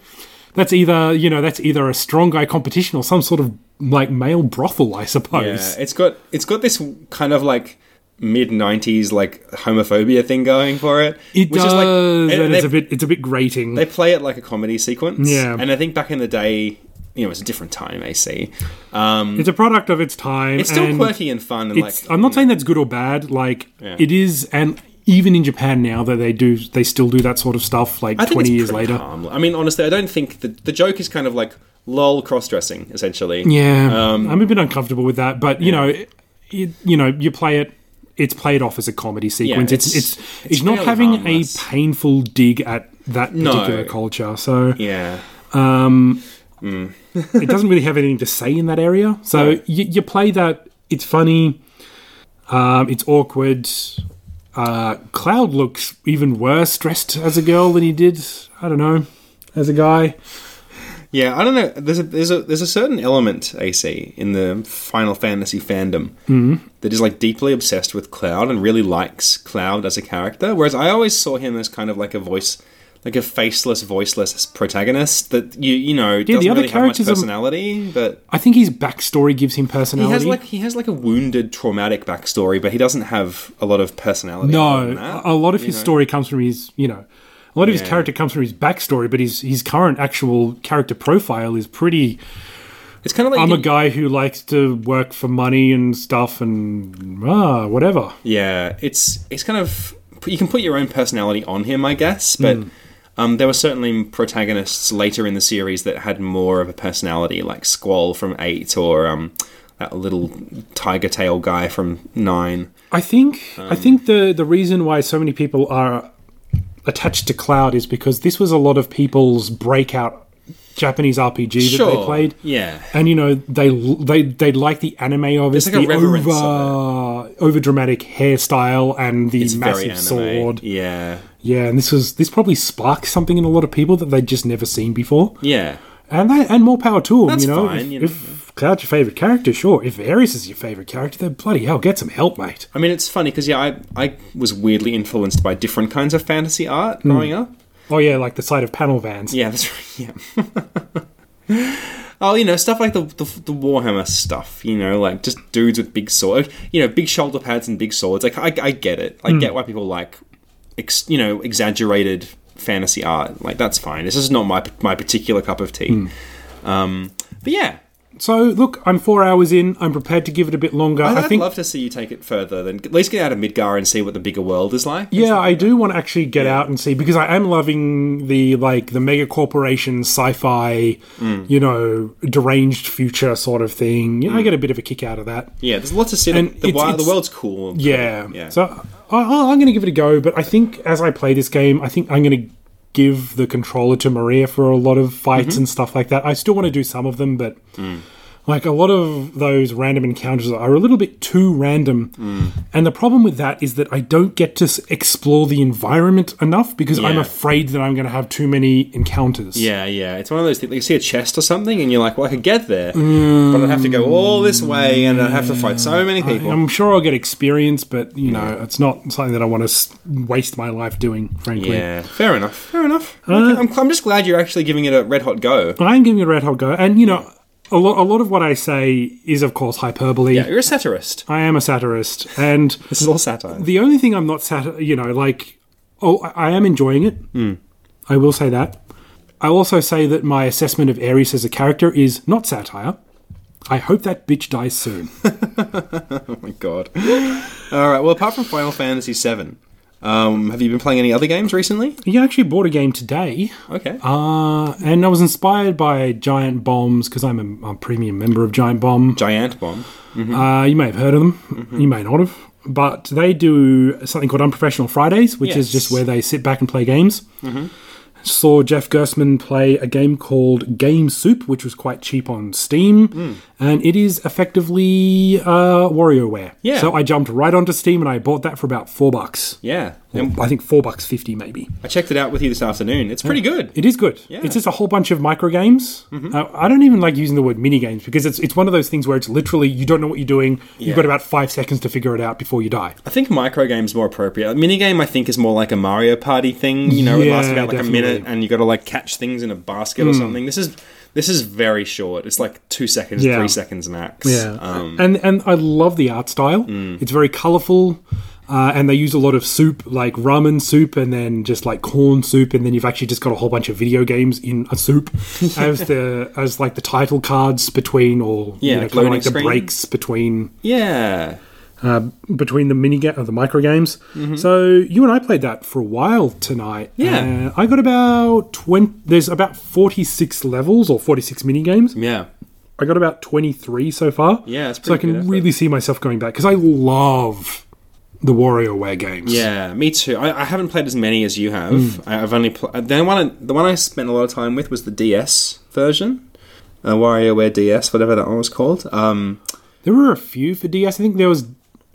Speaker 3: That's either, you know, that's either a strong guy competition or some sort of like male brothel, I
Speaker 2: Yeah.
Speaker 3: suppose.
Speaker 2: It's got it's got this kind of like mid '90s like homophobia thing going for it.
Speaker 3: It does,
Speaker 2: and-
Speaker 3: and
Speaker 2: and
Speaker 3: it's
Speaker 2: they-
Speaker 3: a bit it's a bit grating.
Speaker 2: they play it like a comedy sequence.
Speaker 3: Yeah.
Speaker 2: And I think back in the day, you know, it's a different time, AC. Um,
Speaker 3: it's a product of its time.
Speaker 2: it's still
Speaker 3: and
Speaker 2: quirky and fun and
Speaker 3: it's-
Speaker 2: like
Speaker 3: I'm not saying that's good or bad. Like
Speaker 2: Yeah.
Speaker 3: it is, and even in Japan now that they do, they still do that sort of stuff. Like
Speaker 2: I think it's
Speaker 3: 20 years
Speaker 2: pretty
Speaker 3: later,
Speaker 2: harmless. I mean, honestly, I don't think the the joke is kind of like lol cross dressing essentially.
Speaker 3: yeah,
Speaker 2: Um,
Speaker 3: I'm a bit uncomfortable with that. But you know, it, it- you know, you play it. It's played off as a comedy sequence. it's,
Speaker 2: it's-
Speaker 3: it's
Speaker 2: it's
Speaker 3: it's not
Speaker 2: fairly
Speaker 3: having
Speaker 2: harmless.
Speaker 3: a painful dig at that particular culture. So
Speaker 2: Yeah.
Speaker 3: it doesn't really have anything to say in that area. So you, you play that. It's funny. Um, it's awkward. Uh, Cloud looks even worse dressed as a girl than he did. I don't know. As a guy,
Speaker 2: Yeah, I don't know. There's a there's a there's a certain element AC in the Final Fantasy fandom
Speaker 3: Mm-hmm.
Speaker 2: that is like deeply obsessed with Cloud and really likes Cloud as a character. Whereas I always saw him as kind of like a voice, like a faceless, voiceless protagonist that you you know doesn't
Speaker 3: the other
Speaker 2: really have much
Speaker 3: characters are-
Speaker 2: personality, but
Speaker 3: I think his backstory gives him
Speaker 2: he
Speaker 3: personality.
Speaker 2: has like he has like a wounded, traumatic backstory, but he doesn't have a lot of personality. other
Speaker 3: no,
Speaker 2: than that.
Speaker 3: a lot of his story comes from his, you know, a lot of
Speaker 2: Yeah.
Speaker 3: his character comes from his backstory, but his his current actual character profile is pretty.
Speaker 2: it's kind of like
Speaker 3: I'm
Speaker 2: you
Speaker 3: a
Speaker 2: can-
Speaker 3: guy who likes to work for money and stuff and ah whatever.
Speaker 2: Yeah, it's it's kind of you can put your own personality on him, I guess, but
Speaker 3: Hmm.
Speaker 2: um, there were certainly protagonists later in the series that had more of a personality, like Squall from Eight or um, that little tiger tail guy from Nine.
Speaker 3: I think I think the the reason why so many people are attached to Cloud is because this was a lot of people's breakout Japanese RPG that they played.
Speaker 2: yeah,
Speaker 3: And you know they they they like the anime of it,
Speaker 2: like a
Speaker 3: the
Speaker 2: reverence of
Speaker 3: over over dramatic hairstyle and the
Speaker 2: it's very
Speaker 3: massive
Speaker 2: anime.
Speaker 3: sword.
Speaker 2: Yeah,
Speaker 3: Yeah, and this was this probably sparked something in a lot of people that they'd just never seen before.
Speaker 2: yeah.
Speaker 3: And that, and more power to them.
Speaker 2: That's
Speaker 3: you know,
Speaker 2: fine,
Speaker 3: if,
Speaker 2: you know.
Speaker 3: if Cloud's your favorite character, sure. If Ares is your favorite character, then bloody hell, get some help, mate.
Speaker 2: I mean, it's funny because yeah, I I was weirdly influenced by different kinds of fantasy art growing up.
Speaker 3: Oh yeah, like the side of panel vans.
Speaker 2: Yeah, that's right. Yeah. oh, you know, stuff like the, the the Warhammer stuff. You know, like just dudes with big sword. You know, big shoulder pads and big swords. Like I, I get it.
Speaker 3: Hmm.
Speaker 2: I get why people like, ex, you know, exaggerated fantasy art. Like that's fine. This is not my my particular cup of tea.
Speaker 3: Hmm.
Speaker 2: Um, but yeah.
Speaker 3: So look, I'm four hours in. I'm prepared to give it a bit longer.
Speaker 2: I'd,
Speaker 3: I,
Speaker 2: I'd
Speaker 3: think.
Speaker 2: love to see you take it further. Then at least get out of Midgar and see what the bigger world is like.
Speaker 3: yeah, I do want to actually get out and see because I am loving the like the mega corporation sci-fi,
Speaker 2: Mm.
Speaker 3: you know, deranged future sort of thing. You know, I get a bit of a kick out of that.
Speaker 2: yeah. There's lots of city.
Speaker 3: And
Speaker 2: The,
Speaker 3: it's-
Speaker 2: wi- the
Speaker 3: it's-
Speaker 2: world's cool.
Speaker 3: Yeah.
Speaker 2: Yeah.
Speaker 3: So I, I- I'm going to give it a go, but I think as I play this game, I think I'm going to give the controller to Maria for a lot of fights
Speaker 2: Mm-hmm.
Speaker 3: and stuff like that. I still want to do some of them, but
Speaker 2: Mm.
Speaker 3: like a lot of those random encounters are a little bit too random.
Speaker 2: Mm.
Speaker 3: And the problem with that is that I don't get to s- explore the environment enough because I'm
Speaker 2: Yeah.
Speaker 3: afraid that I'm going to have too many encounters.
Speaker 2: Yeah, yeah. It's one of those things. Like you see a chest or something, and you're like, "Well, I could get there, but I'd have to go all this way, and I'd have to fight so many people."
Speaker 3: I'm sure I'll get experience, but you know, it's not something that I want to s- waste my life doing, frankly.
Speaker 2: yeah, fair enough. Fair enough. Uh, Okay, I'm, I'm just glad you're actually giving it a red hot go.
Speaker 3: But I am giving it a red hot go. And, you know, a lot, a lot of what I say is, of course, hyperbole.
Speaker 2: Yeah, you're a satirist.
Speaker 3: I am a satirist. And
Speaker 2: This is all satire. Oh
Speaker 3: the only thing I'm not sat, you know, like, oh, I I am enjoying it. I will say that. I also say that my assessment of Ares as a character is not satire. I hope that bitch dies soon.
Speaker 2: oh my god. all right. Well, apart from Final Fantasy VII, um, have you been playing any other games recently?
Speaker 3: you actually bought a game today,
Speaker 2: Okay.
Speaker 3: uh, and I was inspired by Giant Bombs because I'm a, a premium member of Giant Bomb.
Speaker 2: Giant Bomb.
Speaker 3: Uh, you may have heard of them.
Speaker 2: Mm-hmm.
Speaker 3: You may not have. But they do something called Unprofessional Fridays, which
Speaker 2: Yes. Mm-hmm.
Speaker 3: is just where they sit back and play games. Saw Jeff Gerstmann play a game called Game Soup, which was quite cheap on Steam.
Speaker 2: Mm.
Speaker 3: And it is effectively uh, WarioWare.
Speaker 2: Yeah.
Speaker 3: So I jumped right onto Steam and I bought that for about four bucks.
Speaker 2: Yeah.
Speaker 3: Or I think four bucks fifty maybe.
Speaker 2: I checked it out with you this afternoon. It's pretty good.
Speaker 3: It is good. It's just a whole bunch of micro games.
Speaker 2: Mm-hmm.
Speaker 3: Uh, I don't even like using the word mini games because it's it's one of those things where it's literally you don't know what you're doing.
Speaker 2: Yeah.
Speaker 3: You've got about five seconds to figure it out before you die.
Speaker 2: I think micro game's more appropriate. Minigame, I think, is more like a Mario Party thing. You know, it
Speaker 3: Yeah,
Speaker 2: lasts about like a
Speaker 3: definitely. Hmm.
Speaker 2: minute, and you got to like catch things in a basket or something. This is This is very short. It's like two seconds,
Speaker 3: Yeah.
Speaker 2: three seconds max.
Speaker 3: Yeah,
Speaker 2: Um, Mm.
Speaker 3: and and I love the art style. It's very colourful, uh, and they use a lot of soup, like ramen soup, and then just like corn soup, and then you've actually just got a whole bunch of video games in a soup as the as like the title cards between, or
Speaker 2: Yeah,
Speaker 3: you know,
Speaker 2: like
Speaker 3: kind of
Speaker 2: loading
Speaker 3: like the
Speaker 2: screen.
Speaker 3: breaks between
Speaker 2: yeah.
Speaker 3: between the mini ga- or the micro games.
Speaker 2: Mm-hmm.
Speaker 3: So you and I played that for a while tonight.
Speaker 2: Yeah.
Speaker 3: Uh, I got about twenty. There's about forty six levels or forty six mini games.
Speaker 2: Yeah.
Speaker 3: I got about 23 so far.
Speaker 2: Yeah, that's
Speaker 3: So I
Speaker 2: pretty good
Speaker 3: can
Speaker 2: effort.
Speaker 3: really see myself going back because I love the WarioWare games.
Speaker 2: Yeah, me too. I, I haven't played as many as you have.
Speaker 3: Hmm.
Speaker 2: I, I've only pl- the one I- the one I spent a lot of time with was the DS version, uh, WarioWare DS, whatever that one was called. Um,
Speaker 3: There were a few for DS. I think there was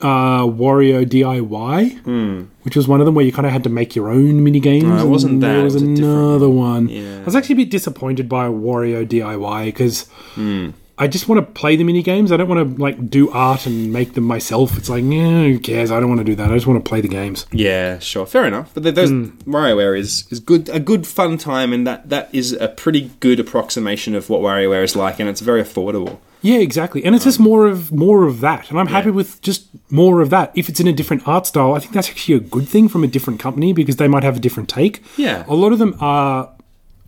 Speaker 3: uh, Wario DIY, which was one of them where you kind of had to make your own mini games.
Speaker 2: No, it wasn't
Speaker 3: and
Speaker 2: that,
Speaker 3: There
Speaker 2: it
Speaker 3: was,
Speaker 2: was a different
Speaker 3: another one.
Speaker 2: Yeah.
Speaker 3: I was actually a bit disappointed by Wario DIY because.
Speaker 2: Hmm.
Speaker 3: I just want to play the mini games. I don't want to like do art and make them myself. It's like, yeah, who cares? I don't want to do that. I just want to play the games.
Speaker 2: yeah, sure, fair enough. But th- those
Speaker 3: Hmm.
Speaker 2: WarioWare is is good, a good fun time, and that that is a pretty good approximation of what WarioWare is like, and it's very affordable.
Speaker 3: Yeah, exactly. And it's
Speaker 2: Um,
Speaker 3: just more of more of that. And I'm happy with just more of that. If it's in a different art style, I think that's actually a good thing from a different company because they might have a different take.
Speaker 2: Yeah.
Speaker 3: A lot of them are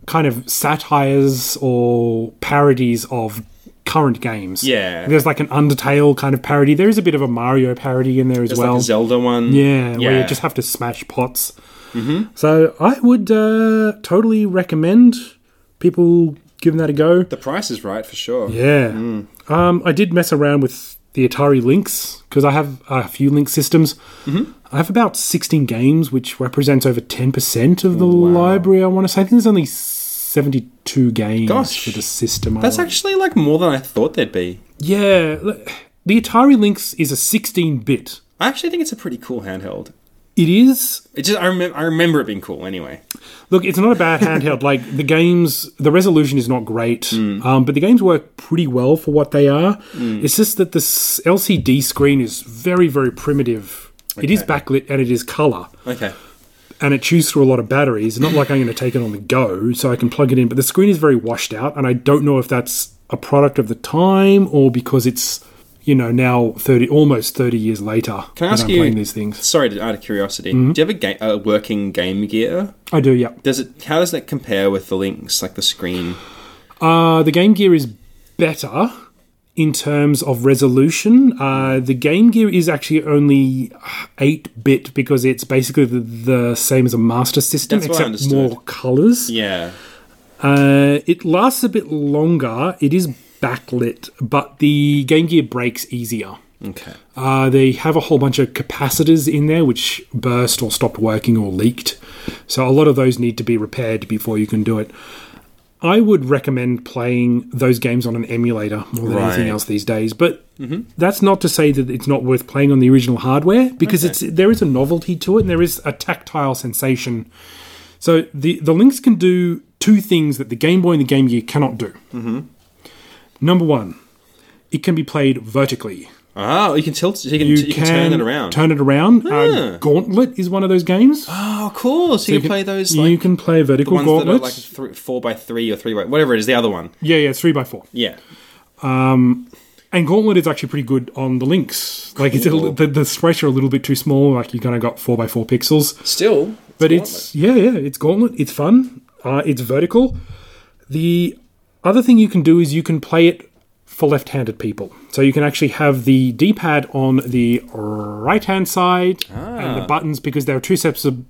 Speaker 3: kind of satires or parodies of current games.
Speaker 2: Yeah.
Speaker 3: There's like an Undertale kind of parody. There is a bit of a Mario parody in there as
Speaker 2: It's
Speaker 3: well.
Speaker 2: like a Zelda one.
Speaker 3: yeah, where
Speaker 2: yeah. Mm-hmm.
Speaker 3: you just have to smash pots. So I would uh, totally recommend people giving that a go.
Speaker 2: the price is right for sure.
Speaker 3: Yeah.
Speaker 2: Hmm.
Speaker 3: Um, I did mess around with the Atari Lynx because I have a few Lynx systems.
Speaker 2: Mm-hmm.
Speaker 3: I have about 16 games, which represents over 10% of the library, I want to say. I think there's only 72 games
Speaker 2: Gosh.
Speaker 3: for the system. I
Speaker 2: That's
Speaker 3: want.
Speaker 2: actually like more than I thought there'd be.
Speaker 3: Yeah. l- The Atari Lynx is a 16 bit.
Speaker 2: I actually think it's a pretty cool handheld.
Speaker 3: It is
Speaker 2: It just I, remem- I remember it being cool anyway.
Speaker 3: Look, it's not a bad handheld. Like the games, the resolution is not great,
Speaker 2: Mm.
Speaker 3: um, but the games work pretty well for what they are. It's just that this LCD screen is very, very primitive. It is backlit and it is color,
Speaker 2: Okay.
Speaker 3: and it chews through a lot of batteries. Not like I'm going to take it on the go, so I can plug it in. But the screen is very washed out, and I don't know if that's a product of the time or because it's you know now thirty, almost thirty years later.
Speaker 2: Can I
Speaker 3: that
Speaker 2: ask
Speaker 3: I'm
Speaker 2: you-
Speaker 3: playing these things? Mm-hmm.
Speaker 2: Sorry, to- out of curiosity, do you have a, ga- a working Game Gear?
Speaker 3: I do, yeah.
Speaker 2: Does it? How does that compare with the links, like the screen?
Speaker 3: Uh, the Game Gear is better in terms of resolution. Uh, the Game Gear is actually only 8 bit because it's basically the, the same as a Master System,
Speaker 2: That's what I
Speaker 3: except
Speaker 2: understood.
Speaker 3: more colors.
Speaker 2: Yeah,
Speaker 3: Uh, it lasts a bit longer, it is backlit, but the Game Gear breaks easier.
Speaker 2: okay,
Speaker 3: Uh, they have a whole bunch of capacitors in there which burst or stopped working or leaked. So a lot of those need to be repaired before you can do it. I would recommend playing those games on an emulator more than
Speaker 2: Right.
Speaker 3: anything else these days. But that's not to say that it's not worth playing on the original hardware because it's there is a novelty to it and there is a tactile sensation. So the the links can do two things that the Game Boy and the Game Gear cannot do. Number one, it can be played vertically
Speaker 2: oh, you can tilt, you can, you can, turn it around.
Speaker 3: turn it around.
Speaker 2: Ah.
Speaker 3: Uh, Gauntlet is one of those games.
Speaker 2: oh, cool! So, you can play those like
Speaker 3: you can play
Speaker 2: the
Speaker 3: vertical
Speaker 2: ones that are like
Speaker 3: gauntlets.
Speaker 2: three, four by three or three by whatever it is. The other one,
Speaker 3: yeah, yeah, it's three by four.
Speaker 2: yeah,
Speaker 3: And Gauntlet is actually pretty good on the links. Like it's a,
Speaker 2: Cool.
Speaker 3: li- the, the sprites are a little bit too small. Like you kind of got four by four pixels.
Speaker 2: still,
Speaker 3: but it's yeah, yeah. It's gauntlet. It's fun. Uh, it's vertical. The other thing you can do is you can play it for left-handed people. So you can actually have the D-pad on the right-hand side and the buttons because there are two sets of,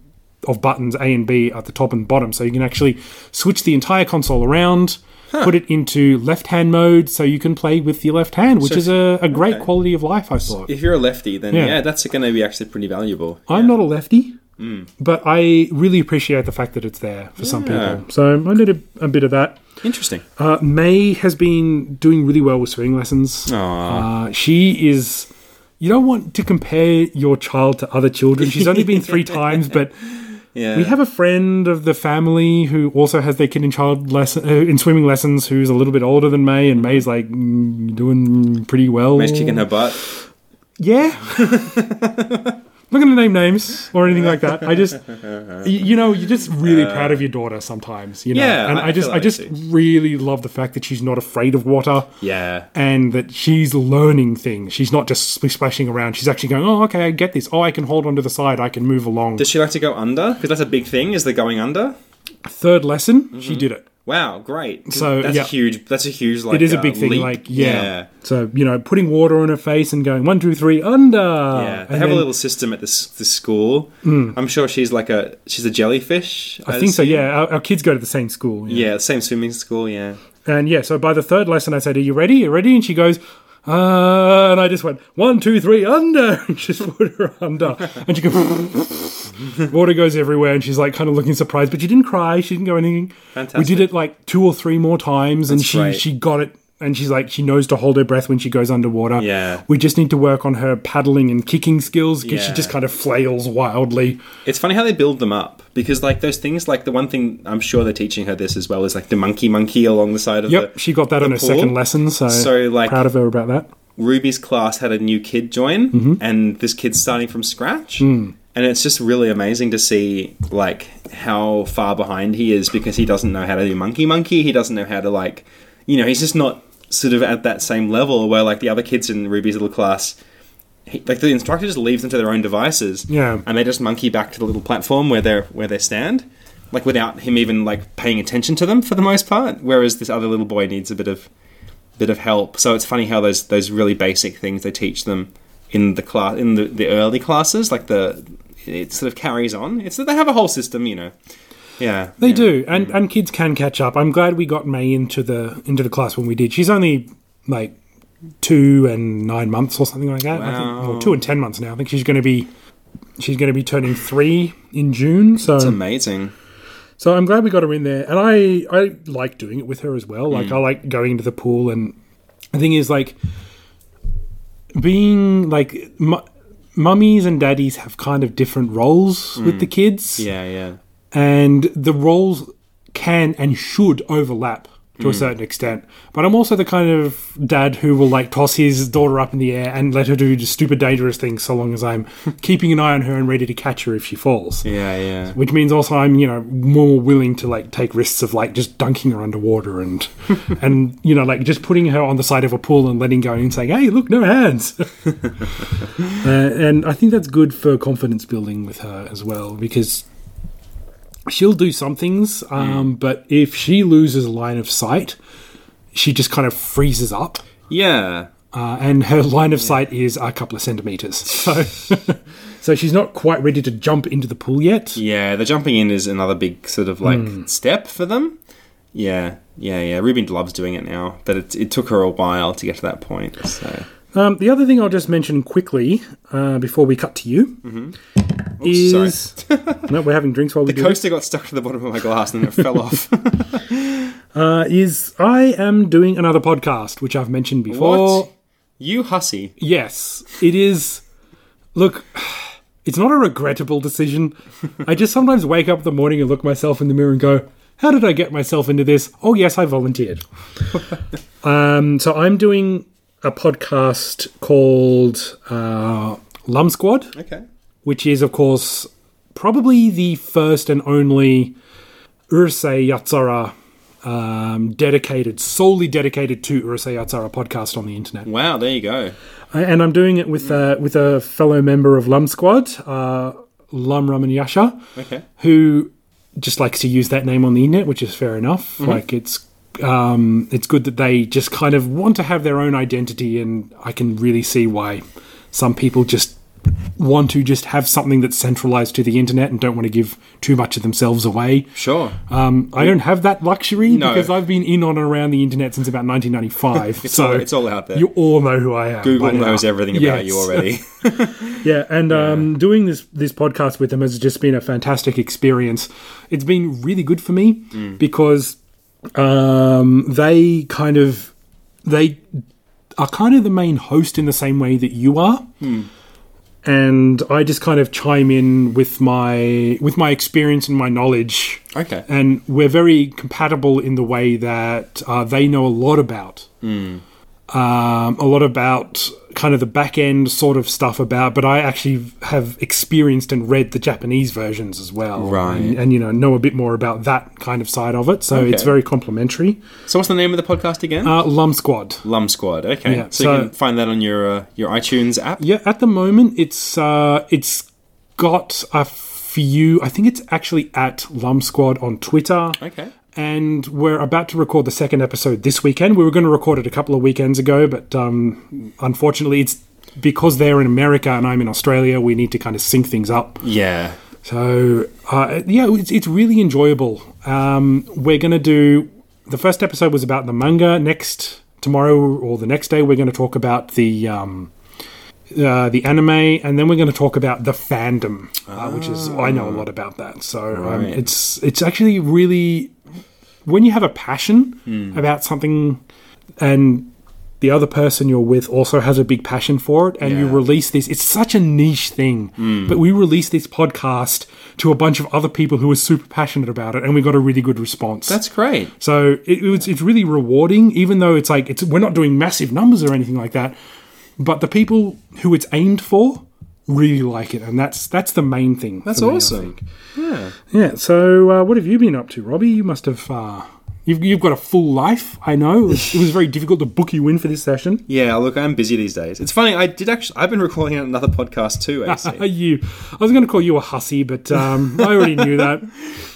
Speaker 3: of buttons A and B at the top and bottom. So you can actually switch the entire console around. Put it into left-hand mode, so you can play with your left hand, which is a, a great
Speaker 2: okay.
Speaker 3: quality of life. I thought.
Speaker 2: If you're a lefty, then yeah,
Speaker 3: Yeah.
Speaker 2: that's going to be actually pretty valuable.
Speaker 3: I'm not a lefty,
Speaker 2: Mm.
Speaker 3: but I really appreciate the fact that it's there for some
Speaker 2: Yeah.
Speaker 3: people. So I did a, a bit of that.
Speaker 2: Interesting.
Speaker 3: Uh, May has been doing really well with swimming lessons. Uh, she is. You don't want to compare your child to other children. She's only been three times, but
Speaker 2: Yeah,
Speaker 3: we have a friend of the family who also has their kid in child lesson uh, in swimming lessons, who's a little bit older than May, and May's like mm, doing pretty well.
Speaker 2: May's kicking her butt.
Speaker 3: Yeah. I'm not going to name names or anything like that. I just, y- you know, you're just really proud of your daughter sometimes, you know.
Speaker 2: Yeah,
Speaker 3: and
Speaker 2: I
Speaker 3: I, just,
Speaker 2: feel
Speaker 3: I
Speaker 2: like
Speaker 3: just
Speaker 2: too.
Speaker 3: really love the fact that she's not afraid of water.
Speaker 2: Yeah.
Speaker 3: And that she's learning things. She's not just spl- splashing around. She's actually going, oh, okay, I get this. Oh, I can hold onto the side. I can move along.
Speaker 2: Does she like to go under? Because that's a big thing. Is the going under?
Speaker 3: Third lesson,
Speaker 2: Mm-hmm.
Speaker 3: she did it.
Speaker 2: Wow, great.
Speaker 3: So,
Speaker 2: that's
Speaker 3: yeah.
Speaker 2: a huge. That's a huge. Like
Speaker 3: It is a
Speaker 2: uh,
Speaker 3: big thing,
Speaker 2: leap.
Speaker 3: like, yeah. Uh, So, you know, putting water on her face and going, one, two, three, under.
Speaker 2: Yeah,
Speaker 3: Yeah,
Speaker 2: they have a little system at this this school. I'm sure she's like a she's a jellyfish.
Speaker 3: Hmm. I think so, yeah. Our, our kids go to the same school. yeah.
Speaker 2: Yeah, same swimming school. Yeah,
Speaker 3: And yeah, so by the third lesson, I said, "Are you ready? you ready?" And she goes, "Uh," and I just went one, two, three, under, and just put her under, and she goes, water goes everywhere, and she's like kind of looking surprised, but she didn't cry, she didn't go anything. We
Speaker 2: Fantastic.
Speaker 3: did it like two or three more times, and she
Speaker 2: great.
Speaker 3: she got it. And she's like, she knows to hold her breath when she goes underwater.
Speaker 2: Yeah.
Speaker 3: We just need to work on her paddling and kicking skills because she
Speaker 2: Yeah.
Speaker 3: just kind of flails wildly.
Speaker 2: it's funny how they build them up because like those things. Like the one thing I'm sure they're teaching her this as well is like the monkey monkey along the side of
Speaker 3: Yep.
Speaker 2: the.
Speaker 3: she got that on her
Speaker 2: pool.
Speaker 3: second lesson. So,
Speaker 2: So, like-
Speaker 3: proud of her about that.
Speaker 2: Ruby's class had a new kid join, and this kid's starting from scratch. And it's just really amazing to see like how far behind he is because he doesn't know how to do monkey monkey. He doesn't know how to like, you know, he's just not sort of at that same level where like the other kids in Ruby's little class. He, like the instructor just leaves them to their own devices,
Speaker 3: Yeah.
Speaker 2: and they just monkey back to the little platform where they are where they stand, like without him even like paying attention to them for the most part. Whereas this other little boy needs a bit of bit of help. So it's funny how those those really basic things they teach them in the class in the, the early classes, like the it sort of carries on. It's that they have a whole system, you know. Yeah,
Speaker 3: They do, and and kids can catch up. I'm glad we got May into the into the class when we did. She's only like two and nine months or something like that. I think, or two and ten months now. I think she's going to be she's going to be turning three in June. So
Speaker 2: It's amazing.
Speaker 3: so I'm glad we got her in there, and I I like doing it with her as well.
Speaker 2: Mm.
Speaker 3: Like I like going into the pool, and the thing is like being like. Mu- Mummies and daddies have kind of different roles with the kids
Speaker 2: Mm. Yeah, yeah,
Speaker 3: and the roles can and should overlap to a certain extent. But I'm also the kind of dad who will like toss his daughter up in the air and let her do just stupid dangerous things so long as I'm keeping an eye on her and ready to catch her if she falls.
Speaker 2: yeah, yeah.
Speaker 3: Which means also I'm, you know, more willing to like take risks of like just dunking her underwater and and you know, like just putting her on the side of a pool and letting go and saying, Hey, look, no hands. uh, and I think that's good for confidence building with her as well, because she'll do some things, um, but if she loses line of sight, she just kind of freezes up.
Speaker 2: Yeah,
Speaker 3: Uh, and her line of sight is a couple of centimeters. So so she's not quite ready to jump into the pool yet.
Speaker 2: yeah. The jumping in is another big sort of like step for them. Yeah, yeah, yeah. Ruby loves doing it now, but it, it took her a while to get to that point. So
Speaker 3: Um, the other thing I'll just mention quickly uh, before we cut to you is no, we're having drinks while we
Speaker 2: Mm-hmm. the
Speaker 3: do
Speaker 2: coaster got stuck to the bottom of my glass and it fell off.
Speaker 3: it. Uh, is I am doing another podcast which I've mentioned before.
Speaker 2: What? You hussy.
Speaker 3: Yes, it is. Look, it's not a regrettable decision. I just sometimes wake up in the morning and look myself in the mirror and go, "How did I get myself into this?" Oh yes, I volunteered. um, so I'm doing a podcast called uh, Lum Squad.
Speaker 2: Okay.
Speaker 3: which is, of course, probably the first and only Urusei Yatsura um, dedicated, solely dedicated to Urusei Yatsura podcast on the internet.
Speaker 2: Wow, there you go.
Speaker 3: And I'm doing it with, uh, with a fellow member of Lum Squad, uh, Lum Ramanyasha,
Speaker 2: Okay.
Speaker 3: who just likes to use that name on the internet, which is fair enough.
Speaker 2: Mm-hmm.
Speaker 3: Like, it's. Um, it's good that they just kind of want to have their own identity, and I can really see why some people just want to just have something that's centralized to the internet and don't want to give too much of themselves away.
Speaker 2: Sure.
Speaker 3: Um, I don't have that luxury
Speaker 2: No.
Speaker 3: because I've been in on and around the internet since about 1995.
Speaker 2: It's
Speaker 3: so
Speaker 2: all- it's all out there.
Speaker 3: You all know who I am.
Speaker 2: Google
Speaker 3: by now.
Speaker 2: knows everything about you
Speaker 3: Yes.
Speaker 2: already.
Speaker 3: Yeah, and Um, doing this this podcast with them has just been a fantastic experience. It's been really good for me because um, they kind of they are kind of the main host in the same way that you are. And I just kind of chime in with my with my experience and my knowledge
Speaker 2: okay.
Speaker 3: and we're very compatible in the way that uh, they know a lot about um, a lot about kind of the back end sort of stuff about, but I actually have experienced and read the Japanese versions as well.
Speaker 2: Right.
Speaker 3: And, and, you know, know a bit more about that kind of side of it. So it's
Speaker 2: Okay.
Speaker 3: very complimentary.
Speaker 2: So what's the name of the podcast again?
Speaker 3: Uh, Lum Squad.
Speaker 2: Lum Squad. Okay,
Speaker 3: yeah,
Speaker 2: so, you
Speaker 3: so-
Speaker 2: can find that on your uh, your iTunes app.
Speaker 3: Yeah, at the moment it's uh, it's got a few. I think it's actually at Lum Squad on Twitter.
Speaker 2: Okay.
Speaker 3: And we're about to record the second episode this weekend. We were going to record it a couple of weekends ago, but um, unfortunately, it's because they're in America and I'm in Australia. We need to kind of sync things up.
Speaker 2: Yeah.
Speaker 3: So uh, yeah, it's, it's really enjoyable. Um, we're gonna do the first episode was about the manga. Next tomorrow or the next day, we're going to talk about the um, uh, the anime, and then we're going to talk about the fandom, uh, which is I know a lot about that. So um,
Speaker 2: Ah. Right.
Speaker 3: it's it's actually really when you have a passion
Speaker 2: Hmm.
Speaker 3: about something and the other person you're with also has a big passion for it and you
Speaker 2: Yeah. Hmm.
Speaker 3: release this it's such a niche thing but we released this podcast to a bunch of other people who were super passionate about it and we got a really good response
Speaker 2: That's great.
Speaker 3: so it, it was, it's really rewarding even though it's like it's we're not doing massive numbers or anything like that but the people who it's aimed for really like it and that's that's the main thing
Speaker 2: That's
Speaker 3: for me, I
Speaker 2: awesome.
Speaker 3: think.
Speaker 2: Yeah.
Speaker 3: yeah so uh, what have you been up to robbie you must have uh, You've, you've got a full life, I know. It was, it was very difficult to book you in for this session.
Speaker 2: Yeah, look, I'm busy these days. It's funny, I did actually, I've been recording another podcast too, AC.
Speaker 3: you, I was going to call you a hussy, but um, I already knew that.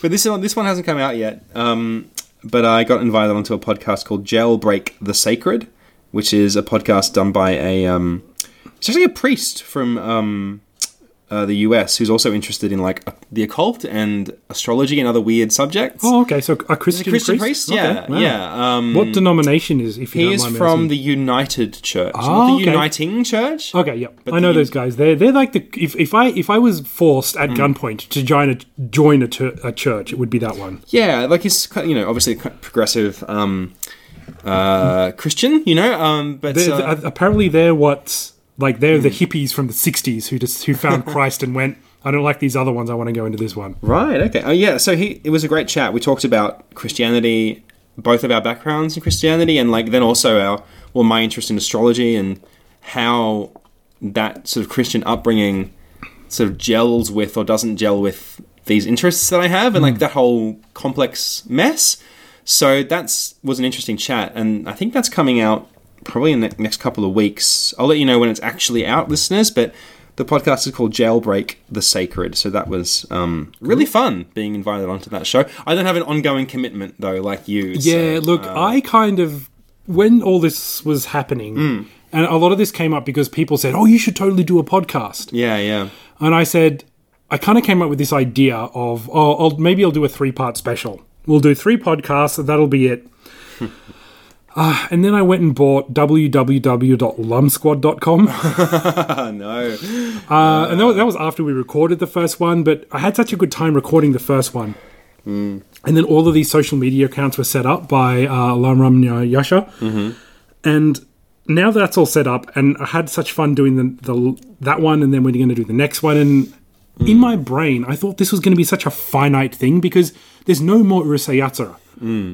Speaker 2: but this one, this one hasn't come out yet. Um, but I got invited onto a podcast called Jailbreak the Sacred, which is a podcast done by a, um, it's actually a priest from um, uh, the US who's also interested in like uh, the occult and astrology and other weird subjects.
Speaker 3: Oh, okay. So a Christian,
Speaker 2: Christian priest? Yeah,
Speaker 3: Okay, wow.
Speaker 2: yeah. Um,
Speaker 3: What denomination is if you
Speaker 2: he
Speaker 3: don't
Speaker 2: is
Speaker 3: mind me
Speaker 2: from
Speaker 3: asking?
Speaker 2: the United Church,
Speaker 3: Ah,
Speaker 2: not the
Speaker 3: okay. Oh.
Speaker 2: Uniting Church.
Speaker 3: Okay, yep.
Speaker 2: But
Speaker 3: I know
Speaker 2: the-
Speaker 3: those guys. They're they're like the if, if I if I was forced at
Speaker 2: Mm.
Speaker 3: gunpoint to join a join a, tur a church, it would be that one.
Speaker 2: Yeah, like he's ki- you know obviously a ki- progressive um, uh, Christian, you know, um, but
Speaker 3: They're,
Speaker 2: uh,
Speaker 3: they're- apparently, they're what like they're
Speaker 2: Mm.
Speaker 3: the hippies from the '60s who just who found Christ and went. I don't like these other ones. I want to go into this one.
Speaker 2: right, okay, oh yeah. So he it was a great chat. We talked about Christianity, both of our backgrounds in Christianity, and like then also our well my interest in astrology and how that sort of Christian upbringing sort of gels with or doesn't gel with these interests that I have and
Speaker 3: Hmm.
Speaker 2: like that whole complex mess. So that's was an interesting chat, and I think that's coming out probably in the next couple of weeks. I'll let you know when it's actually out, listeners. But the podcast is called Jailbreak the Sacred, so that was um, really fun being invited onto that show. I don't have an ongoing commitment though, like you. so,
Speaker 3: Yeah, look,
Speaker 2: uh,
Speaker 3: I kind of when all this was happening,
Speaker 2: Mm.
Speaker 3: and a lot of this came up because people said, "Oh, you should totally do a podcast,"
Speaker 2: yeah, yeah,
Speaker 3: and I said, I kind of came up with this idea of, oh, I'll, maybe I'll do a three-part special. We'll do three podcasts, and that'll be it. uh, and then I went and bought www.lumsquad.com.
Speaker 2: I know.
Speaker 3: Uh, and that was, that was after we recorded the first one, but I had such a good time recording the first one. And then all of these social media accounts were set up by uh, Lamram Yasha. And now that's all set up, and I had such fun doing the, the that one, and then we're going to do the next one. And in my brain, I thought this was going to be such a finite thing because there's no more Urusei Yatsura.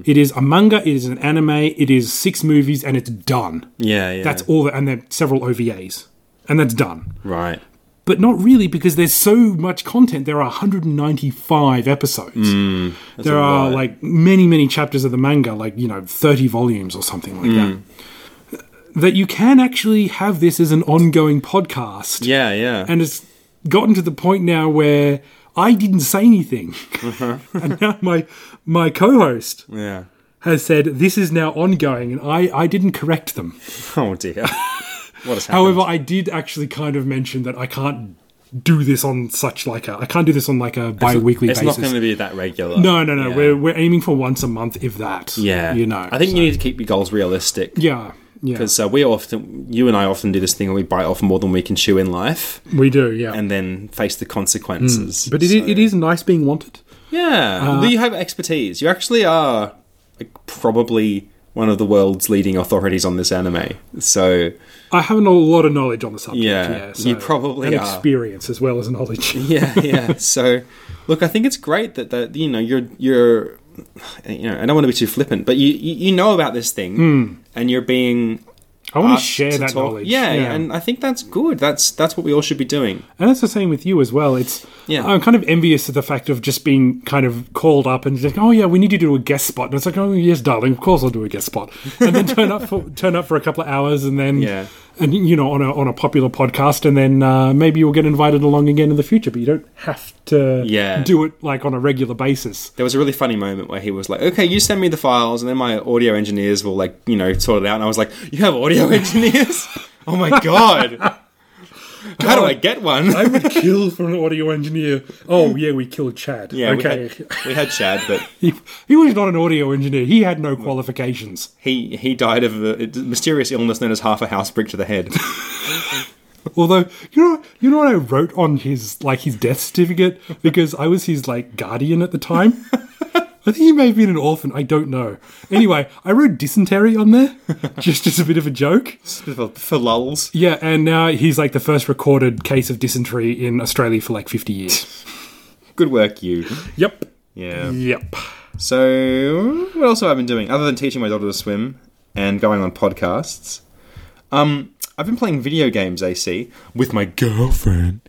Speaker 3: It is a manga, it is an anime, it is six movies, and it's done.
Speaker 2: Yeah, yeah.
Speaker 3: That's all, that, and then several OVAs, and that's done
Speaker 2: right.
Speaker 3: but not really because there's so much content. There are 195 episodes. there are like many, many chapters of the manga, like, you know, 30 volumes or something like that. That you can actually have this as an ongoing podcast.
Speaker 2: Yeah, yeah.
Speaker 3: And it's gotten to the point now where I didn't say anything. and now my, my co host
Speaker 2: yeah.
Speaker 3: has said, this is now ongoing. And I, I didn't correct them.
Speaker 2: Oh dear. what has happened?
Speaker 3: However, I did actually kind of mention that I can't do this on such like a I can't do this on like a bi-weekly
Speaker 2: it's
Speaker 3: basis.
Speaker 2: not going to be that regular.
Speaker 3: no, no, no.
Speaker 2: Yeah.
Speaker 3: We're we're aiming for once a month, if that.
Speaker 2: Yeah,
Speaker 3: you know.
Speaker 2: I think you need to keep your goals realistic.
Speaker 3: yeah, yeah.
Speaker 2: because uh, we often, you and I often do this thing where we bite off more than we can chew in life,
Speaker 3: We do, yeah.
Speaker 2: and then face the consequences.
Speaker 3: Mm. but Uh, it,
Speaker 2: So-
Speaker 3: i- it is nice being wanted.
Speaker 2: yeah, you have expertise. You actually are like, probably one of the world's leading authorities on this anime. So
Speaker 3: I have a lot of knowledge on the subject.
Speaker 2: Yeah,
Speaker 3: Yeah,
Speaker 2: you probably
Speaker 3: and
Speaker 2: are.
Speaker 3: experience as well as knowledge.
Speaker 2: yeah, yeah. so look, I think it's great that that you know you're you're
Speaker 3: Hmm.
Speaker 2: you know I don't want to be too flippant, but you you, you know about this thing and you're being
Speaker 3: I want
Speaker 2: art
Speaker 3: to share that
Speaker 2: talk-
Speaker 3: knowledge.
Speaker 2: Yeah, and I think that's good. That's that's what we all should be doing.
Speaker 3: And that's the same with you as well. It's
Speaker 2: Yeah.
Speaker 3: I'm kind of envious of the fact of just being kind of called up and just like, oh yeah, we need you to do a guest spot. And it's like, oh yes, darling, of course I'll do a guest spot. And then turn up for turn up for a couple of hours and then
Speaker 2: Yeah.
Speaker 3: and you know on a on a popular podcast and then uh, maybe you'll get invited along again in the future, but you don't have to
Speaker 2: Yeah.
Speaker 3: do it like on a regular basis.
Speaker 2: There was a really funny moment where he was like, "Okay, you send me the files, and then my audio engineers will like, you know, sort it out." And I was like, "You have audio engineers? oh my god! How do I get one?"
Speaker 3: I would kill for an audio engineer. Oh yeah, we killed Chad.
Speaker 2: yeah,
Speaker 3: okay.
Speaker 2: we, had, we had Chad, but
Speaker 3: he, he was not an audio engineer. He had no qualifications.
Speaker 2: he he died of a mysterious illness known as half a house brick to the head.
Speaker 3: Although you know, you know what I wrote on his like his death certificate because I was his like guardian at the time. I think he may have been an orphan. I don't know. Anyway, I wrote dysentery on there just as a bit of a joke.
Speaker 2: for, for lulls.
Speaker 3: Yeah, and now he's like the first recorded case of dysentery in Australia for like fifty years.
Speaker 2: Good work, you.
Speaker 3: Yep.
Speaker 2: Yeah.
Speaker 3: Yep.
Speaker 2: So, what else have I been doing other than teaching my daughter to swim and going on podcasts? Um, I've been playing video games, AC, with my girlfriend.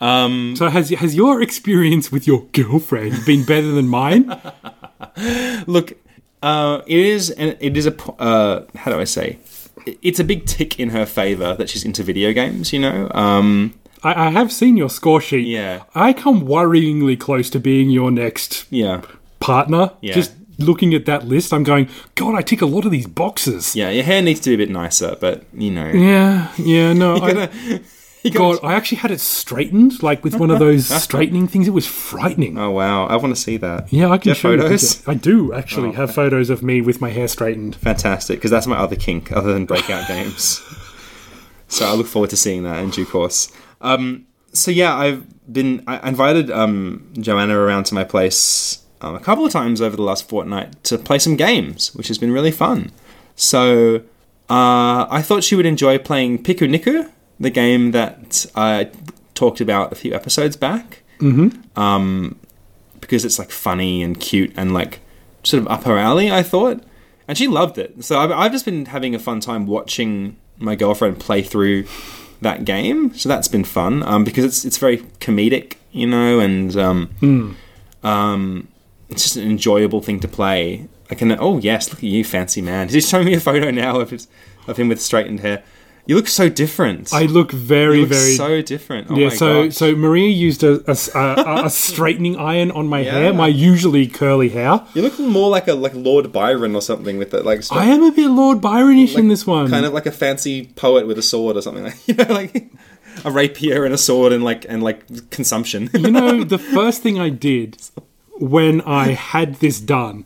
Speaker 3: So has has your experience with your girlfriend been better than mine?
Speaker 2: Look, uh, it is, and it is a. po- Uh, how do I say? It- It's a big tick in her favor that she's into video games. You know, um,
Speaker 3: I, I have seen your score sheet.
Speaker 2: Yeah.
Speaker 3: I come worryingly close to being your next
Speaker 2: yeah,
Speaker 3: partner.
Speaker 2: Yeah.
Speaker 3: Just looking at that list, I'm going, God, I tick a lot of these boxes.
Speaker 2: yeah. Your hair needs to be a bit nicer, but you know,
Speaker 3: Mm. Yeah, yeah, no. I, God, I actually had it straightened, like with one of those straightening things. It was frightening.
Speaker 2: oh wow, I want to see that.
Speaker 3: Yeah,
Speaker 2: Do
Speaker 3: I
Speaker 2: you
Speaker 3: can
Speaker 2: have
Speaker 3: show you. a
Speaker 2: photos? Oh,
Speaker 3: picture. I do actually have photos of me with my hair straightened.
Speaker 2: Fantastic, because that's my other kink, other than breakout games. So I look forward to seeing that in due course. Um, so yeah, I've been I I invited um, Joanna around to my place um, a couple of times over the last fortnight to play some games, which has been really fun. So uh, I thought she would enjoy playing Piku Niku, the game that I talked about a few episodes back because it's like funny and cute and like sort of up her alley, I thought. And she loved it. So I've, I've just been having a fun time watching my girlfriend play through that game. So that's been fun um, because it's it's very comedic, you know, and um,
Speaker 3: Hmm.
Speaker 2: um, it's just an enjoyable thing to play. I can, oh yes, look at you, fancy man. He's showing me a photo now of, his, of him with straightened hair. You look so different.
Speaker 3: I look very,
Speaker 2: you look
Speaker 3: very.
Speaker 2: so different. Oh
Speaker 3: yeah,
Speaker 2: my
Speaker 3: so
Speaker 2: gosh.
Speaker 3: so Maria used a, a s- a- a- a straightening iron on my
Speaker 2: Yeah.
Speaker 3: hair, my usually curly hair.
Speaker 2: you look more like a like Lord Byron or something with that like.
Speaker 3: I am a bit Lord Byronish in
Speaker 2: like,
Speaker 3: this one.
Speaker 2: kind of like a fancy poet with a sword or something like you know, like a rapier and a sword and like and like consumption.
Speaker 3: You know, the first thing I did when I had this done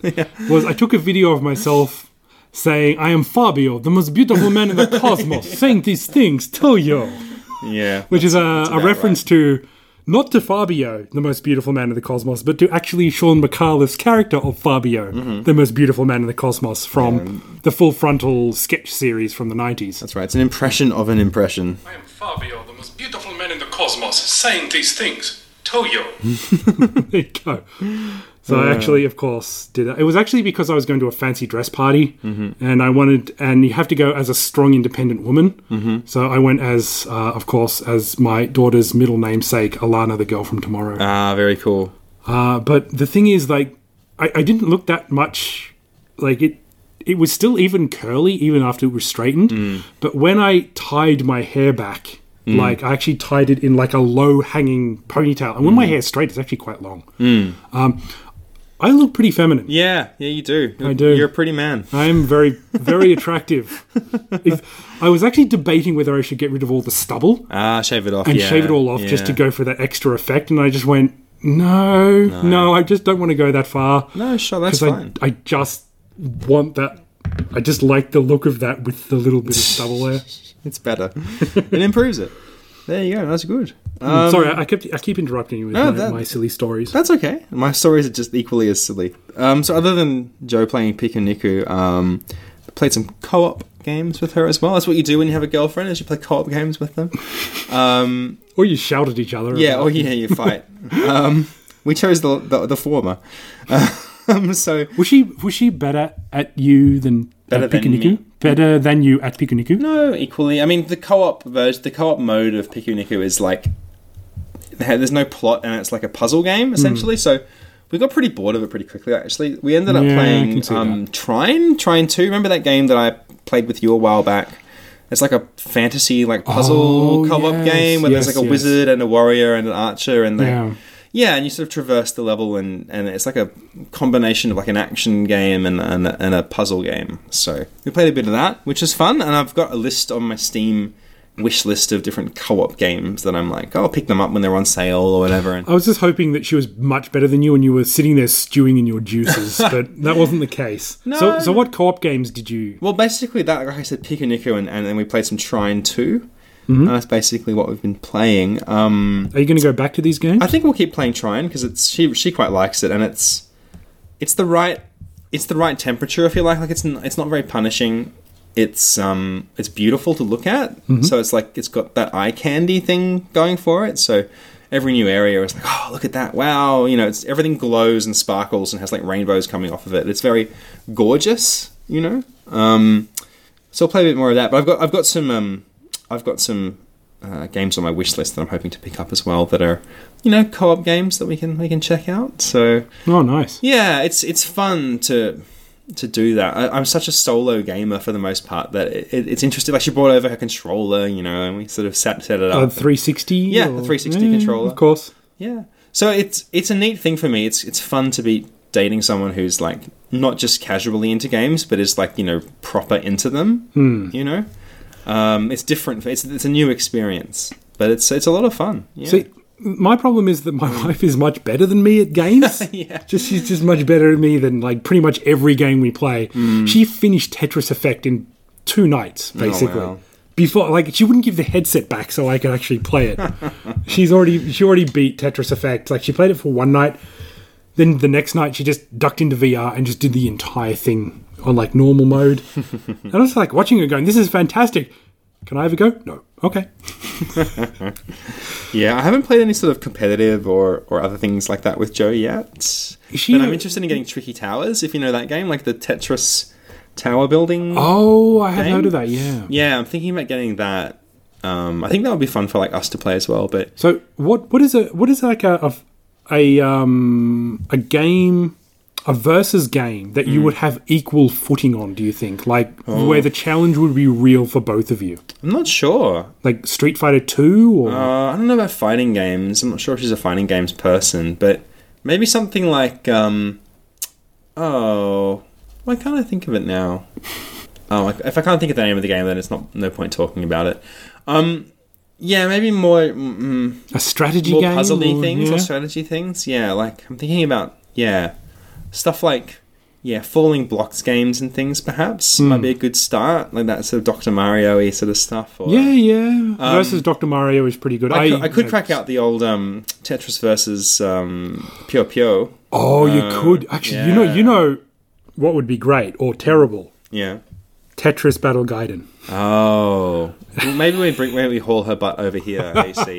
Speaker 3: was I took a video of myself saying, I am Fabio, the most beautiful man in the cosmos, saying these things to you.
Speaker 2: yeah,
Speaker 3: Which is a, a
Speaker 2: about
Speaker 3: reference to not to Fabio, the most beautiful man in the cosmos, but to actually Sean McAuliffe's character of Fabio, the most beautiful man in the cosmos from the full frontal sketch series from the 90s.
Speaker 2: that's right. It's an impression of an impression.
Speaker 4: I am Fabio, the most beautiful man in the cosmos, saying these things. Toyo.
Speaker 3: There you go. So I actually, of course, did it. It was actually because I was going to a fancy dress party, and I wanted, and you have to go as a strong, independent woman. Mm-hmm. So I went as, uh, of course, as my daughter's middle namesake, Alana, the girl from tomorrow.
Speaker 2: Ah, very cool.
Speaker 3: Uh, but the thing is, like, I, I didn't look that much. Like it, it was still even curly, even after it was straightened.
Speaker 2: Mm.
Speaker 3: But when I tied my hair back, like I actually tied it in like a low hanging ponytail, and when
Speaker 2: Mm.
Speaker 3: my hair's straight, it's actually quite long. Um, I look pretty feminine.
Speaker 2: Yeah, yeah, you do. I
Speaker 3: do.
Speaker 2: You're a pretty man.
Speaker 3: I am very, very attractive. If- I was actually debating whether I should get rid of all the stubble
Speaker 2: Ah, shave it off.
Speaker 3: and
Speaker 2: yeah,
Speaker 3: shave it all off just to
Speaker 2: yeah.
Speaker 3: go for that extra effect, and I just went, no, no, I just don't want to go that far.
Speaker 2: No, sure, that's
Speaker 3: Because I,
Speaker 2: fine.
Speaker 3: I just want that. I just like the look of that with the little bit of stubble there.
Speaker 2: It's better. it improves it. There you go. That's good.
Speaker 3: Hmm, Sorry, I kept I keep interrupting you with my,
Speaker 2: Um, that-
Speaker 3: my silly stories.
Speaker 2: That's okay. My stories are just equally as silly. Um, so other than Joe playing Pikuniku, um, I played some co-op games with her as well. That's what you do when you have a girlfriend is you play co-op games with them.
Speaker 3: Or you shout at each other.
Speaker 2: Yeah,
Speaker 3: about-
Speaker 2: or yeah, you fight. um, we chose the the, the former. Um, so
Speaker 3: was she was she better at you than
Speaker 2: Better
Speaker 3: at
Speaker 2: than
Speaker 3: Pikuniku.
Speaker 2: me.
Speaker 3: Better than you at Pikuniku.
Speaker 2: No, equally. I mean, the co-op version, the co-op mode of Pikuniku is like there's no plot and it's like a puzzle
Speaker 3: Hmm.
Speaker 2: game essentially. So we got pretty bored of it pretty quickly. Actually, we ended up
Speaker 3: Yeah, I can
Speaker 2: playing
Speaker 3: see
Speaker 2: um, Trine. Trine Two. Remember that game that I played with you a while back? It's like a fantasy like puzzle
Speaker 3: Oh,
Speaker 2: co-op
Speaker 3: yes,
Speaker 2: game where
Speaker 3: yes,
Speaker 2: there's like a
Speaker 3: yes.
Speaker 2: wizard and a warrior and an archer and they,
Speaker 3: Yeah.
Speaker 2: yeah, and you sort of traverse the level and and it's like a combination of like an action game and and, a- and a puzzle game. So we played a bit of that, which is fun. And I've got a list on my Steam wish list of different co-op games that I'm like, oh, I'll pick them up when they're on sale or whatever. And
Speaker 3: I was just hoping that she was much better than you and you were sitting there stewing in your juices, but that wasn't the case. So, so what co op games did you.
Speaker 2: Well, basically that, like I said, Pikuniku, and, and then we played some Trine 2 And that's basically what we've been playing. Um,
Speaker 3: Are you going to go back to these games?
Speaker 2: I think we'll keep playing Trine because it's she she quite likes it, and it's it's the right it's the right temperature. I feel like like it's n- it's not very punishing. It's um it's beautiful to look at. So it's like it's got that eye candy thing going for it. So every new area is like oh look at that wow you know it's everything glows and sparkles and has like rainbows coming off of it. It's very gorgeous you know. Um, so I'll play a bit more of that. But I've got I've got some um, I've got some uh, games on my wish list that I'm hoping to pick up as well that are you know co-op games that we can we can check out. So
Speaker 3: oh, nice.
Speaker 2: yeah, it's it's fun to to do that. I, I'm such a solo gamer for the most part that it, it, it's interesting. Like she brought over her controller, you know, and we sort of sat set it
Speaker 3: A
Speaker 2: up.
Speaker 3: 360?
Speaker 2: Yeah, a
Speaker 3: or-
Speaker 2: 360
Speaker 3: Yeah,
Speaker 2: controller.
Speaker 3: Of course.
Speaker 2: Yeah. So it's it's a neat thing for me. It's it's fun to be dating someone who's like not just casually into games, but is like you know proper into them.
Speaker 3: Hmm.
Speaker 2: You know, um, it's different. It's it's a new experience, but it's it's a lot of fun. Yeah.
Speaker 3: See, my problem is that my wife is much better than me at games.
Speaker 2: Yeah.
Speaker 3: Just she's just much better at me than like pretty much every game we play. She finished Tetris Effect in two nights, basically.
Speaker 2: wow.
Speaker 3: Before like she wouldn't give the headset back so I could actually play it. she's already she already beat Tetris Effect. Like she played it for one night. Then the next night she just ducked into VR and just did the entire thing on like normal mode. and I was like watching her going, This is fantastic. Can I have a go? No. Okay.
Speaker 2: yeah, I haven't played any sort of competitive or or other things like that with Joe yet.
Speaker 3: She-
Speaker 2: but I'm interested in getting Tricky Towers if you know that game, like the Tetris tower building.
Speaker 3: Oh, I have
Speaker 2: Game?
Speaker 3: heard of that, yeah.
Speaker 2: Yeah, I'm thinking about getting that. Um, I think that would be fun for like us to play as well, but
Speaker 3: So what what is a what is like a a, a um a game a versus game that you
Speaker 2: Mm.
Speaker 3: would have equal footing on? Do you think like
Speaker 2: Oh.
Speaker 3: where the challenge would be real for both of you,
Speaker 2: I'm not sure.
Speaker 3: like Street Fighter Two or
Speaker 2: Uh, I don't know about fighting games. I'm not sure if she's a fighting games person, but maybe something like um, oh, why can't I think of it now? Oh, like, if I can't think of the name of the game, then it's not no point talking about it. Um, yeah, maybe more mm,
Speaker 3: a strategy
Speaker 2: more
Speaker 3: game,
Speaker 2: puzzly
Speaker 3: or-
Speaker 2: things
Speaker 3: yeah?
Speaker 2: or strategy things. Yeah, like I'm thinking about yeah stuff like yeah falling blocks games and things. Perhaps might
Speaker 3: Hmm.
Speaker 2: be a good start, like that sort of Doctor Mario y sort of stuff. Or,
Speaker 3: Yeah, yeah. Versus Doctor Mario is pretty good.
Speaker 2: Um, I could, I could crack out the old um, Tetris versus um, Pio Pio.
Speaker 3: Oh, you could actually. You know, you
Speaker 2: yeah.
Speaker 3: know what would be great or terrible?
Speaker 2: Yeah.
Speaker 3: Tetris Battle Gaiden.
Speaker 2: Oh. Well, maybe we bring, maybe we haul her butt over here, AC.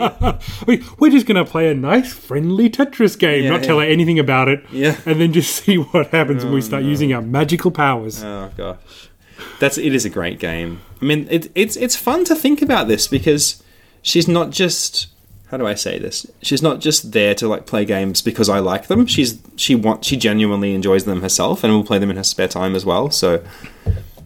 Speaker 3: We, we're just going to play a nice, friendly Tetris game,
Speaker 2: Yeah,
Speaker 3: not tell her anything about it,
Speaker 2: Yeah.
Speaker 3: and then just see what happens when we start using our magical powers.
Speaker 2: oh gosh, that's it. Is a great game. I mean, it, it's it's fun to think about this because she's not just how do I say this? She's not just there to like play games because I like them. She's she want she genuinely enjoys them herself, and will play them in her spare time as well. So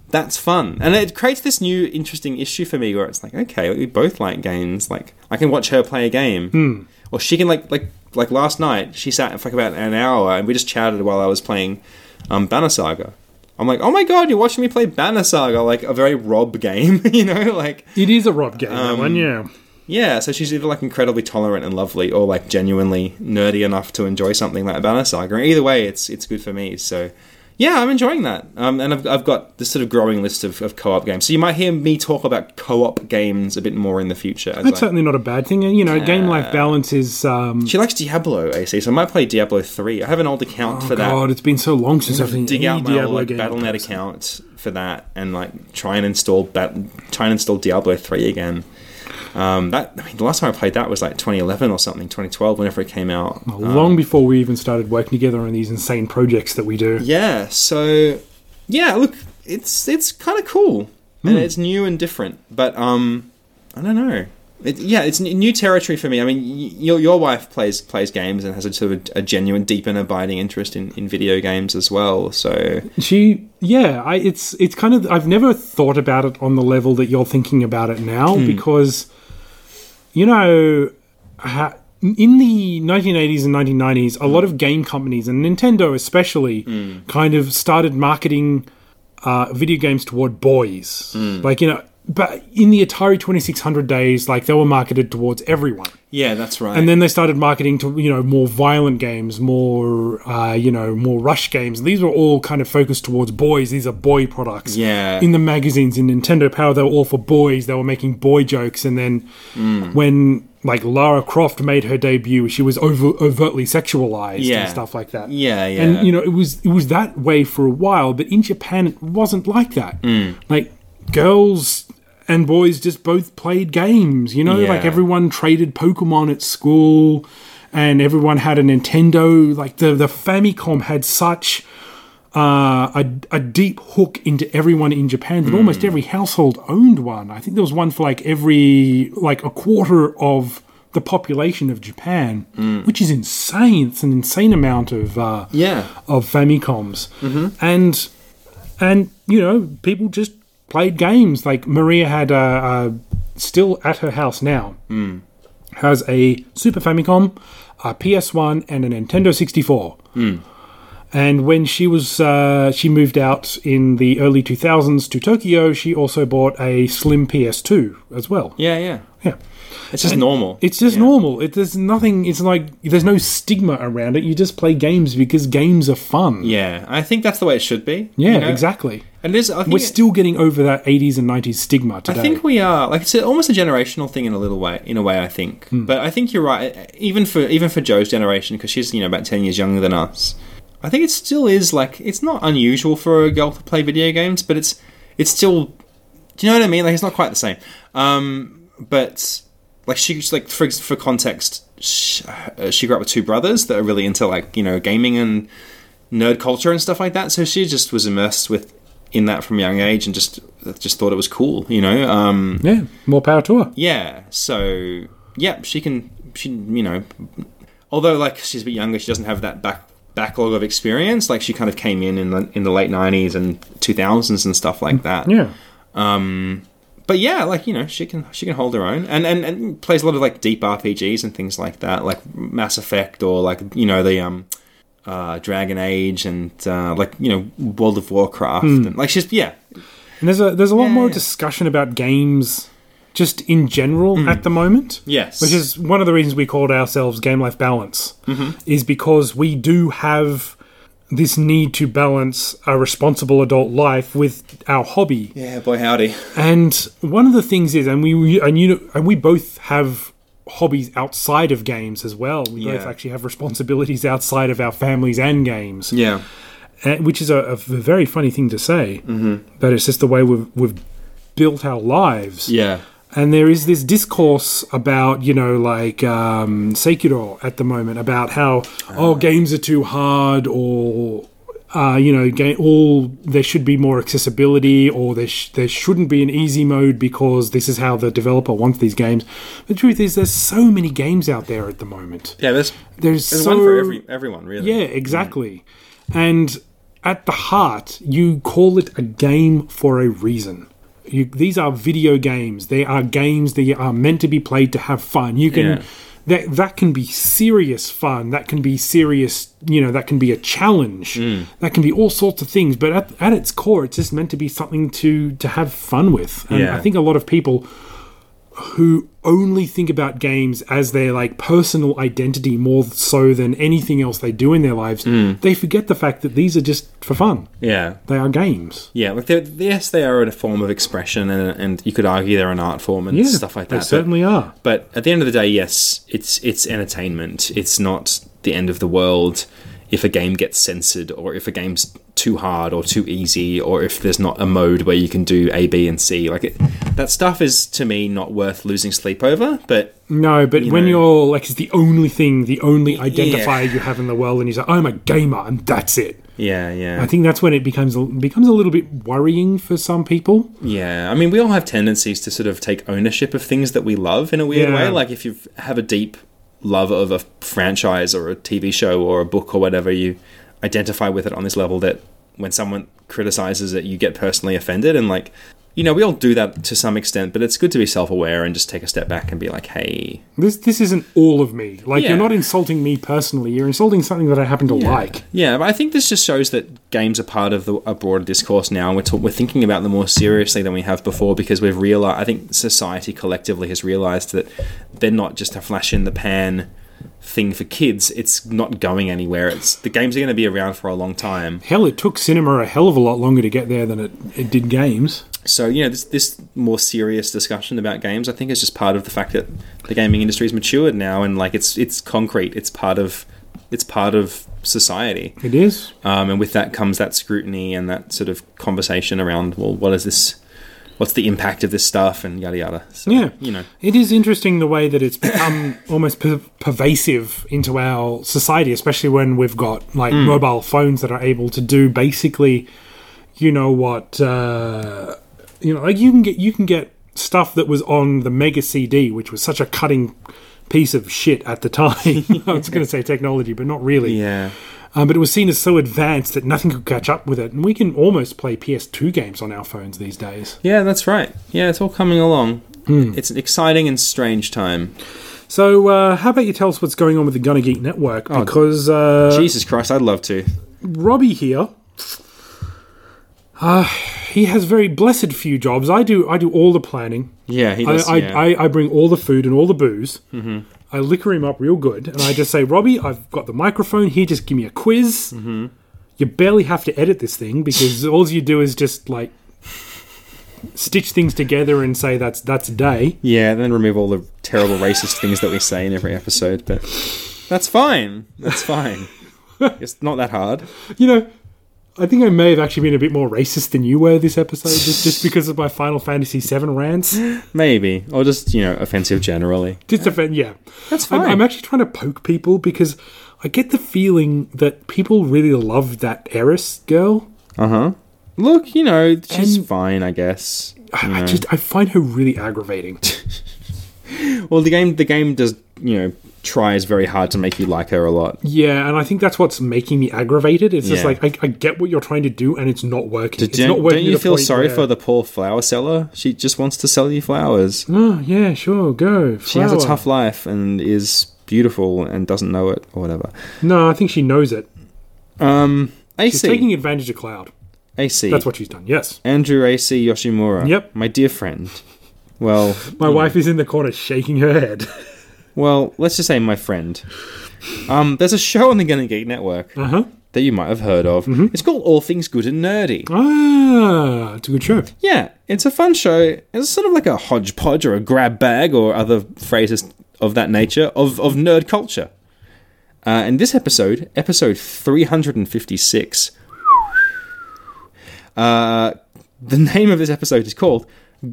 Speaker 2: that's fun and it creates this new interesting issue for me where it's like okay we both like games like i can watch her play a game or she can like like like last night she sat for like about an hour and we just chatted while i was playing um banner saga i'm like oh my god you're watching me play banner saga like a very rob game you know like
Speaker 3: It is a Rob game, that
Speaker 2: Um,
Speaker 3: one, yeah.
Speaker 2: yeah, so she's either like incredibly tolerant and lovely, or like genuinely nerdy enough to enjoy something like Banner Saga. And either way, it's it's good for me. So yeah, I'm enjoying that. Um, and I've, I've got this sort of growing list of, of co-op games. So you might hear me talk about co-op games a bit more in the future. as
Speaker 3: That's
Speaker 2: I-
Speaker 3: certainly not a bad thing. And, you know, game life balance is. Um,
Speaker 2: she likes Diablo, AC, so I might play Diablo three. I have an old account for that.
Speaker 3: oh God, it's been so long since I've seen
Speaker 2: dig
Speaker 3: any
Speaker 2: out my
Speaker 3: Diablo
Speaker 2: old, like,
Speaker 3: game.
Speaker 2: BattleNet account for that, and like try and install bat- try and install Diablo three again. Um, that I mean, the last time I played that was like 2011 or something, 2012, whenever it came out.
Speaker 3: Long
Speaker 2: Um,
Speaker 3: before we even started working together on these insane projects that we do.
Speaker 2: Yeah, so yeah, look, it's it's kind of cool and it's new and different. But um, I don't know. It, yeah, it's n- new territory for me. I mean, y- your your wife plays plays games and has a sort of a genuine, deep and abiding interest in, in video games as well. So
Speaker 3: She, yeah, I, it's it's kind of I've never thought about it on the level that you're thinking about it now because, you know, ha- in the 1980s and 1990s, a lot of game companies and Nintendo especially kind of started marketing uh, video games toward boys, like you know. But in the Atari 2600 days, like they were marketed towards everyone.
Speaker 2: yeah, that's right.
Speaker 3: And then they started marketing to you know more violent games, more uh, you know more rush games. These were all kind of focused towards boys. These are boy products.
Speaker 2: Yeah.
Speaker 3: In the magazines in Nintendo Power, they were all for boys. They were making boy jokes, and then
Speaker 2: Mm.
Speaker 3: when like Lara Croft made her debut, she was over- overtly sexualized
Speaker 2: Yeah.
Speaker 3: and stuff like that.
Speaker 2: Yeah, yeah.
Speaker 3: And you know it was it was that way for a while, but in Japan it wasn't like that. Like girls and boys just both played games. You know,
Speaker 2: Yeah.
Speaker 3: like everyone everyone traded Pokemon at school, and everyone had a Nintendo. Like the the Famicom had such uh, a a deep hook into everyone in Japan that almost every household owned one. I think there was one for like every like a quarter of the population of Japan, which is insane. It's an insane amount of uh,
Speaker 2: yeah,
Speaker 3: of Famicoms, and and you know people just played games. Like Maria had a, a still at her house now has a Super Famicom, a PS1, and a Nintendo 64. And when she was uh, she moved out in the early 2000s to Tokyo, she also bought a slim PS2 as well.
Speaker 2: yeah, yeah.
Speaker 3: Yeah.
Speaker 2: It's just normal.
Speaker 3: It's just normal. It, there's nothing. It's like there's no stigma around it. You just play games because games are fun.
Speaker 2: yeah, I think that's the way it should be.
Speaker 3: Yeah,
Speaker 2: you know?
Speaker 3: exactly.
Speaker 2: And it is. I think
Speaker 3: We're
Speaker 2: it-
Speaker 3: still getting over that 80s and 90s stigma today.
Speaker 2: I think we are like it's a, almost a generational thing in a little way, in a way. I think,
Speaker 3: Hmm.
Speaker 2: but I think you're right. e, Even for even for Joe's generation, because she's you know about ten years younger than us, I think it still is like it's not unusual for a girl to play video games, but it's it's still. Do you know what I mean? Like it's not quite the same. Um, but like she like for ex- for context, she, uh, she grew up with two brothers that are really into like you know gaming and nerd culture and stuff like that. So she just was immersed with in that from a young age and just just thought it was cool, you know. Um,
Speaker 3: yeah, more power to her.
Speaker 2: yeah. So yeah, she can she you know, although like she's a bit younger, she doesn't have that back backlog of experience. Like she kind of came in in the in the late nineties and two thousands and stuff like that.
Speaker 3: Yeah.
Speaker 2: But yeah, like you know, she can she can hold her own and, and and plays a lot of like deep RPGs and things like that, like Mass Effect or like you know the um. Uh, Dragon Age and uh, like you know World of Warcraft and like she's yeah
Speaker 3: And there's a there's a lot
Speaker 2: Yeah,
Speaker 3: more
Speaker 2: yeah.
Speaker 3: discussion about games just in general at the moment.
Speaker 2: Mm. Yes.
Speaker 3: Which is one of the reasons we called ourselves Game Life Balance
Speaker 2: Mm-hmm.
Speaker 3: is because we do have this need to balance a responsible adult life with our hobby.
Speaker 2: yeah boy howdy
Speaker 3: And one of the things is, and we and you know, and we both have hobbies outside of games as well. We both
Speaker 2: Yeah.
Speaker 3: actually have responsibilities outside of our families and games,
Speaker 2: yeah
Speaker 3: and, which is a, a very funny thing to say.
Speaker 2: Mm-hmm.
Speaker 3: But it's just the way we've we've built our lives.
Speaker 2: yeah
Speaker 3: And there is this discourse about, you know, like um, Sekiro at the moment about how,
Speaker 2: Ah.
Speaker 3: oh, games are too hard or, uh, you know, ga- all there should be more accessibility or there, sh- there shouldn't be an easy mode because this is how the developer wants these games. The truth is, there's so many games out there at the moment.
Speaker 2: yeah there's
Speaker 3: There's,
Speaker 2: There's
Speaker 3: so
Speaker 2: one for every everyone, really.
Speaker 3: yeah, exactly. And at the heart, you call it a game for a reason. You, these are video games. They are games that are meant to be played to have fun. You can
Speaker 2: Yeah.
Speaker 3: that that can be serious fun. That can be serious. You know, that can be a challenge.
Speaker 2: Mm.
Speaker 3: That can be all sorts of things. But at, at its core, it's just meant to be something to to have fun with. And
Speaker 2: Yeah.
Speaker 3: I think a lot of people who only think about games as their like personal identity more so than anything else they do in their lives
Speaker 2: Hmm.
Speaker 3: they forget the fact that these are just for fun
Speaker 2: Yeah,
Speaker 3: they are games
Speaker 2: yeah. Like, they're, yes, they are a form of expression, and, and you could argue they're an art form and
Speaker 3: yeah
Speaker 2: stuff like that.
Speaker 3: they certainly are
Speaker 2: but, but at the end of the day, yes, it's it's entertainment. It's not the end of the world. if a game gets censored or if a game's too hard or too easy or if there's not a mode where you can do A, B, and C. Like it, that stuff is to me not worth losing sleep over. But
Speaker 3: No, but when
Speaker 2: know.
Speaker 3: you're like, it's the only thing, the only identifier you have in the world, and you say, "I'm a gamer," and that's it.
Speaker 2: yeah, yeah,
Speaker 3: I think that's when it becomes a- becomes a little bit worrying for some people.
Speaker 2: yeah. I mean, we all have tendencies to sort of take ownership of things that we love in a weird
Speaker 3: Yeah.
Speaker 2: way. Like if you have a deep love of a franchise or a TV show or a book or whatever, you identify with it on this level that when someone criticizes it, you get personally offended and like. You know, we all do that to some extent, but it's good to be self-aware and just take a step back and be like, "Hey,
Speaker 3: This this isn't all of me. Like
Speaker 2: Yeah.
Speaker 3: you're not insulting me personally. You're insulting something that I happen to like.
Speaker 2: Yeah, but I think this just shows that games are part of the, a broader discourse now. We're, ta- we're thinking about them more seriously than we have before because we've realized, I think society collectively has realized that they're not just a flash in the pan thing for kids. It's not going anywhere. It's The games are going to be around for a long time.
Speaker 3: Hell, it took cinema a hell of a lot longer to get there than it, it did games.
Speaker 2: So, you know, this, this more serious discussion about games, I think, is just part of the fact that the gaming industry is matured now and like it's it's concrete. It's part of it's part of society.
Speaker 3: It is.
Speaker 2: Um, and with that comes that scrutiny and that sort of conversation around, well, what is this? What's the impact of this stuff and yada yada. So,
Speaker 3: Yeah,
Speaker 2: you know,
Speaker 3: it is interesting the way that it's become almost per- pervasive into our society, especially when we've got like
Speaker 2: Hmm.
Speaker 3: mobile phones that are able to do basically, you know what, uh, you know, like you can get you can get stuff that was on the Mega CD, which was such a cutting piece of shit at the time. I was going to say technology, but not really.
Speaker 2: yeah,
Speaker 3: Um, but it was seen as so advanced that nothing could catch up with it, and we can almost play PS2 games on our phones these days.
Speaker 2: yeah, that's right. Yeah, it's all coming along.
Speaker 3: Hmm.
Speaker 2: It's an exciting and strange time.
Speaker 3: So, uh, how about you tell us what's going on with the Gunna Geek Network? Because uh,
Speaker 2: Jesus Christ, I'd love to.
Speaker 3: Robbie here, uh, he has very blessed few jobs. I do. I do all the planning.
Speaker 2: Yeah, he
Speaker 3: I,
Speaker 2: does.
Speaker 3: I,
Speaker 2: yeah.
Speaker 3: I, I bring all the food and all the booze. Mm-hmm. I liquor him up real good, and I just say, Robbie, I've got the microphone here. Just give me a quiz. Mm-hmm. You barely have to edit this thing because all you do is just like stitch things together and say that's that's a day.
Speaker 2: yeah, then remove all the terrible racist things that we say in every episode, but that's fine. That's fine. it's not that hard.
Speaker 3: You know, I think I may have actually been a bit more racist than you were this episode, just, just because of my Final Fantasy VII rants.
Speaker 2: Maybe. Or just, you know, offensive generally.
Speaker 3: Just a fan- yeah.
Speaker 2: That's
Speaker 3: I'm,
Speaker 2: fine.
Speaker 3: I'm actually trying to poke people because I get the feeling that people really love that heiress girl.
Speaker 2: Uh huh. Look, you know, she's
Speaker 3: And-
Speaker 2: fine, I guess.
Speaker 3: I, I just I find her really aggravating.
Speaker 2: Well, the game the game does you know tries very hard to make you like her a lot
Speaker 3: yeah, and I think that's what's making me aggravated. It's just
Speaker 2: Yeah.
Speaker 3: like I, I get what you're trying to do, and it's not working. it's
Speaker 2: don't,
Speaker 3: not working.
Speaker 2: don't
Speaker 3: to
Speaker 2: you
Speaker 3: the
Speaker 2: feel
Speaker 3: point
Speaker 2: sorry
Speaker 3: where-
Speaker 2: for the poor flower seller? She just wants to sell you flowers.
Speaker 3: Oh yeah, sure, go.
Speaker 2: She has a
Speaker 3: flower.
Speaker 2: tough life and is beautiful and doesn't know it or whatever.
Speaker 3: No, I think she knows it.
Speaker 2: Um,
Speaker 3: She's
Speaker 2: AC,
Speaker 3: taking advantage of Cloud.
Speaker 2: AC,
Speaker 3: That's what she's done. Yes.
Speaker 2: Andrew AC Yoshimura.
Speaker 3: Yep.
Speaker 2: my dear friend. Well,
Speaker 3: My wife is in the corner shaking her head.
Speaker 2: well, let's just say my friend. Um, there's a show on the Gunna Geek Network
Speaker 3: Uh huh.
Speaker 2: that you might have heard of.
Speaker 3: Mm-hmm.
Speaker 2: It's called All Things Good and Nerdy.
Speaker 3: Ah, it's a good show.
Speaker 2: Yeah, it's a fun show. It's sort of like a hodgepodge or a grab bag or other phrases of that nature of, of nerd culture. Uh, and this episode, episode 356, uh, the name of this episode is called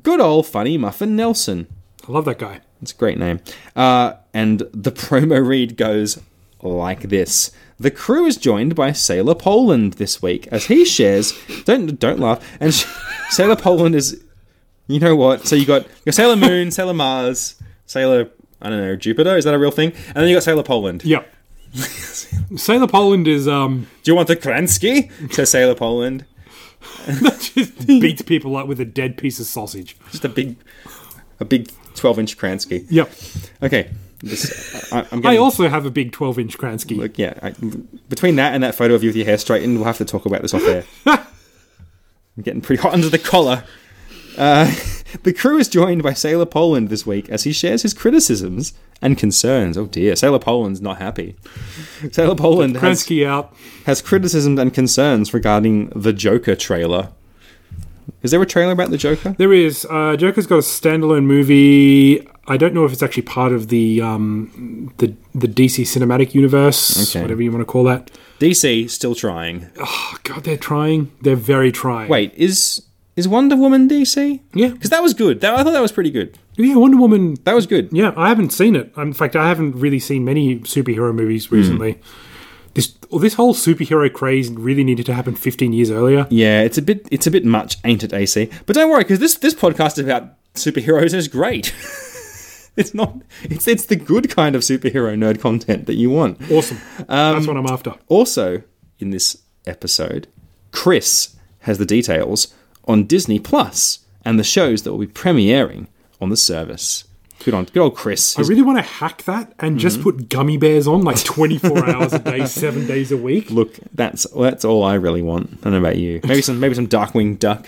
Speaker 2: Good Old Funny Muffin Nelson.
Speaker 3: I love that guy.
Speaker 2: It's a great name. Uh, and the promo read goes like this. The crew is joined by Sailor Poland this week as he shares. Don't don't laugh. And sh- Sailor Poland is, you know what? So you got you got Sailor Moon, Sailor Mars, Sailor I don't know Jupiter. Is that a real thing? And then you got Sailor Poland.
Speaker 3: Yep. Sailor Poland is um
Speaker 2: Do you want the Kransky? Says Sailor Poland.
Speaker 3: just beats people up with a dead piece of sausage.
Speaker 2: Just a big, a big twelve inch Kransky.
Speaker 3: Yep.
Speaker 2: Okay. This, I, I'm
Speaker 3: I
Speaker 2: getting
Speaker 3: also have a big twelve inch Kransky.
Speaker 2: Look, yeah. I, between that and that photo of you with your hair straightened, we'll have to talk about this off air. I'm getting pretty hot under the collar. Uh, the crew is joined by Sailor Poland this week as he shares his criticisms and concerns. Oh dear, Sailor Poland's not happy. Sailor Poland has,
Speaker 3: Kransky out.
Speaker 2: has criticisms and concerns regarding the Joker trailer. Is there a trailer about the Joker?
Speaker 3: There is uh Joker's got a standalone movie I don't know if it's actually part of the um, the the DC cinematic universe,
Speaker 2: Okay.
Speaker 3: whatever you want to call that.
Speaker 2: DC still trying.
Speaker 3: Oh, God, they're trying. They're very trying.
Speaker 2: Wait, is is Wonder Woman DC?
Speaker 3: Yeah.
Speaker 2: because that was good. That, I thought that was pretty good.
Speaker 3: Yeah, Wonder Woman.
Speaker 2: That was good.
Speaker 3: Yeah, I haven't seen it. In fact, I haven't really seen many superhero movies
Speaker 2: Hmm.
Speaker 3: recently. This this whole superhero craze really needed to happen 15 years earlier.
Speaker 2: Yeah, it's a bit it's a bit much, ain't it, AC? But don't worry, because this this podcast is about superheroes and it's great. it's not it's it's the good kind of superhero nerd content that you want.
Speaker 3: Awesome.
Speaker 2: Um,
Speaker 3: That's what I'm after.
Speaker 2: Also, in this episode, Chris has the details on Disney Plus and the shows that will be premiering on the service. Good on good old Chris.
Speaker 3: I really want to hack that and just
Speaker 2: Mm-hmm.
Speaker 3: put gummy bears on like 24 hours a day, seven days a week.
Speaker 2: Look, that's that's all I really want. I don't know about you. Maybe some maybe some Darkwing Duck.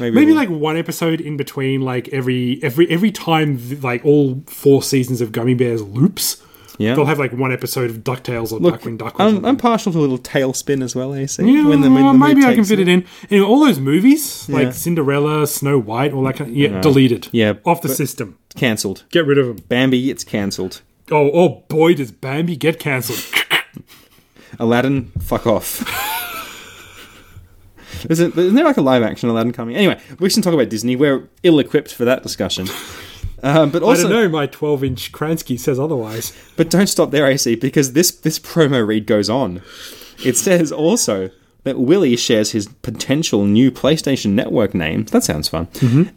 Speaker 3: Maybe like one episode in between, like every every every time, th- like all four seasons of Gummy Bears loops.
Speaker 2: Yeah.
Speaker 3: they'll have like one episode of Ducktales or
Speaker 2: Look,
Speaker 3: Duckwing Duck. Or
Speaker 2: I'm,
Speaker 3: something.
Speaker 2: I'm partial to a little tailspin as well, AC.
Speaker 3: yeah,
Speaker 2: when the, when the mood
Speaker 3: maybe I can
Speaker 2: takes
Speaker 3: fit it in. Anyway, all those movies
Speaker 2: Yeah.
Speaker 3: like Cinderella, Snow White, all that kind. Of, yeah, deleted.
Speaker 2: Yeah,
Speaker 3: off the
Speaker 2: but-
Speaker 3: system.
Speaker 2: Cancelled.
Speaker 3: Get rid of them.
Speaker 2: Bambi, it's cancelled.
Speaker 3: Oh, oh boy, does Bambi get cancelled?
Speaker 2: Aladdin, fuck off. isn't, isn't there like a live action Aladdin coming? Anyway, we shouldn't talk about Disney. We're ill equipped for that discussion. Um, but
Speaker 3: I
Speaker 2: also,
Speaker 3: don't know. My 12 inch Kransky says otherwise.
Speaker 2: But don't stop there, AC, because this this promo read goes on. It says also that Willie shares his potential new PlayStation Network name. That sounds fun.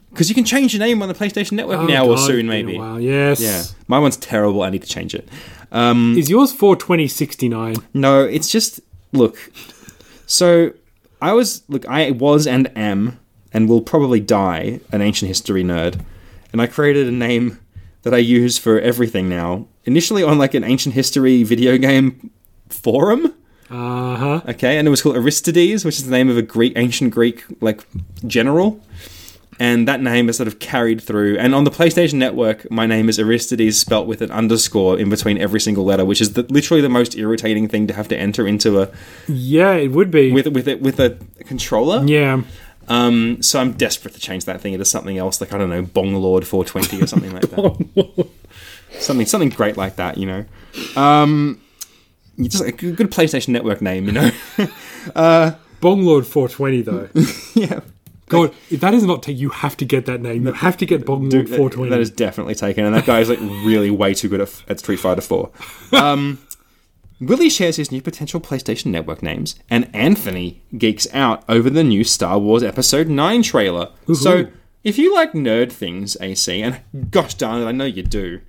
Speaker 2: Because you can change your name on the PlayStation Network now or
Speaker 3: Mm-hmm. Oh, God, it's
Speaker 2: soon,
Speaker 3: been a
Speaker 2: maybe.
Speaker 3: while. Yes.
Speaker 2: Yeah, my one's terrible. I need to change it.
Speaker 3: Is yours 42069?
Speaker 2: No, it's just look. So I was look. I was and am and will probably die an ancient history nerd, and I created a name that I use for everything now. Initially on like an ancient history video game forum.
Speaker 3: Uh huh.
Speaker 2: Okay, and it was called Aristides, which is the name of a Greek, ancient Greek like general, and that name is sort of carried through. And on the PlayStation Network, my name is Aristides, spelt with an underscore in between every single letter, which is the, literally the most irritating thing to have to enter into a
Speaker 3: Yeah, it would be.
Speaker 2: with with it with a controller.
Speaker 3: yeah.
Speaker 2: Um. So I'm desperate to change that thing into something else, like I don't know, Bong Lord 420 or something like that. something something great like that, you know. Um. You just a good good PlayStation Network name, you know.
Speaker 3: Bonglord 420, though.
Speaker 2: yeah.
Speaker 3: God, if that is not. T- you have to get that name. You have to get Bonglord
Speaker 2: Dude, that-
Speaker 3: 420.
Speaker 2: That is definitely taken, and that guy's like really way too good at, at Street Fighter Four. Um, Willie shares his new potential PlayStation Network names, and Anthony geeks out over the new Star Wars Episode Nine trailer. So, if you like nerd things, AC, and gosh darn it, I know you do,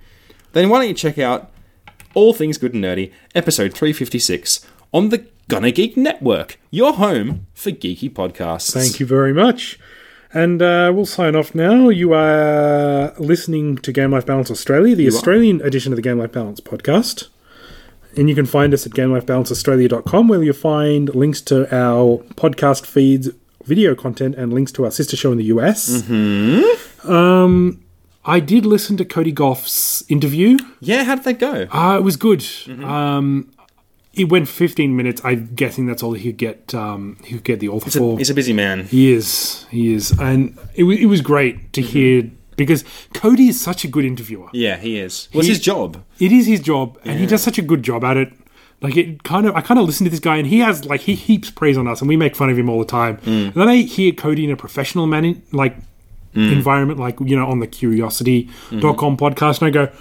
Speaker 2: then why don't you check out All Things Good and Nerdy, Episode Three Fifty Six on the Gunna Geek Network, your home for geeky podcasts.
Speaker 3: Thank you very much. And uh, we'll sign off now. You are listening to Game Life Balance Australia, the Australian edition of the Game Life Balance podcast. And you can find us at gamelifebalanceaustralia.com, where you'll find links to our podcast feeds, video content, and links to our sister show in the Um, US. Um,
Speaker 2: Mm-hmm.
Speaker 3: I did listen to Cody Goff's interview.
Speaker 2: Yeah, how did that go?
Speaker 3: Uh, it was good. Um, it went 15 minutes. I'm guessing that's all he could get. Um, he could get the author for.
Speaker 2: He's a busy man.
Speaker 3: He is. He is. And it, wa- it was great to hear because Cody is such a good interviewer.
Speaker 2: Yeah, he is. What's
Speaker 3: He-
Speaker 2: his job?
Speaker 3: It is his job, and he does such a good job at it. Like it kind of, I kind of listen to this guy, and he has like he heaps praise on us, and we make fun of him all the time. And then I hear Cody in a professional man like environment, like you know, on the Curiosity.com podcast, and I go,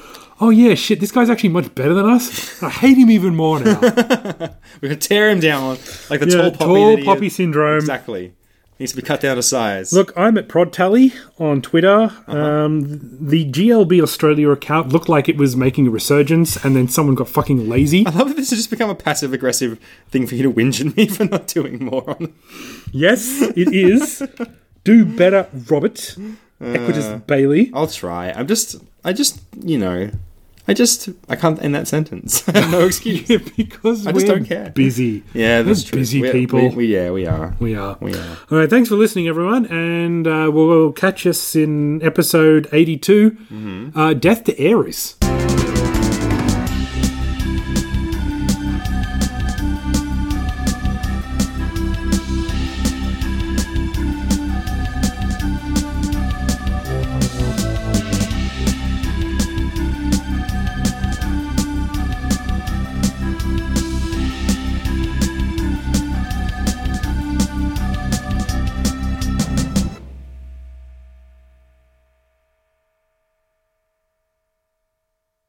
Speaker 3: "Oh yeah, shit, this guy's actually much better than us." I hate him even more now.
Speaker 2: We're gonna tear him down like the
Speaker 3: Yeah,
Speaker 2: tall poppy.
Speaker 3: tall
Speaker 2: that he
Speaker 3: poppy
Speaker 2: is.
Speaker 3: syndrome.
Speaker 2: Exactly. Needs to be cut down to size.
Speaker 3: Look, I'm at ProdTally on Twitter. Um, the GLB Australia account looked like it was making a resurgence, and then someone got fucking lazy.
Speaker 2: I love that this has just become a passive aggressive thing for you to whinge at me for not doing more on.
Speaker 3: yes, it is. Do better, Robert. Equitas Bailey.
Speaker 2: I'll try. I'm just. I just. You know. I just. I can't end that sentence. no excuse.
Speaker 3: because
Speaker 2: I
Speaker 3: we're
Speaker 2: just don't care.
Speaker 3: busy.
Speaker 2: Yeah, that's
Speaker 3: We're
Speaker 2: true.
Speaker 3: busy
Speaker 2: We're-
Speaker 3: people.
Speaker 2: We, we- yeah, we are.
Speaker 3: We are.
Speaker 2: We are.
Speaker 3: All right, thanks for listening, everyone, Mm-hmm. and uh, we'll, we'll catch us in episode 82 uh, Death to Ares.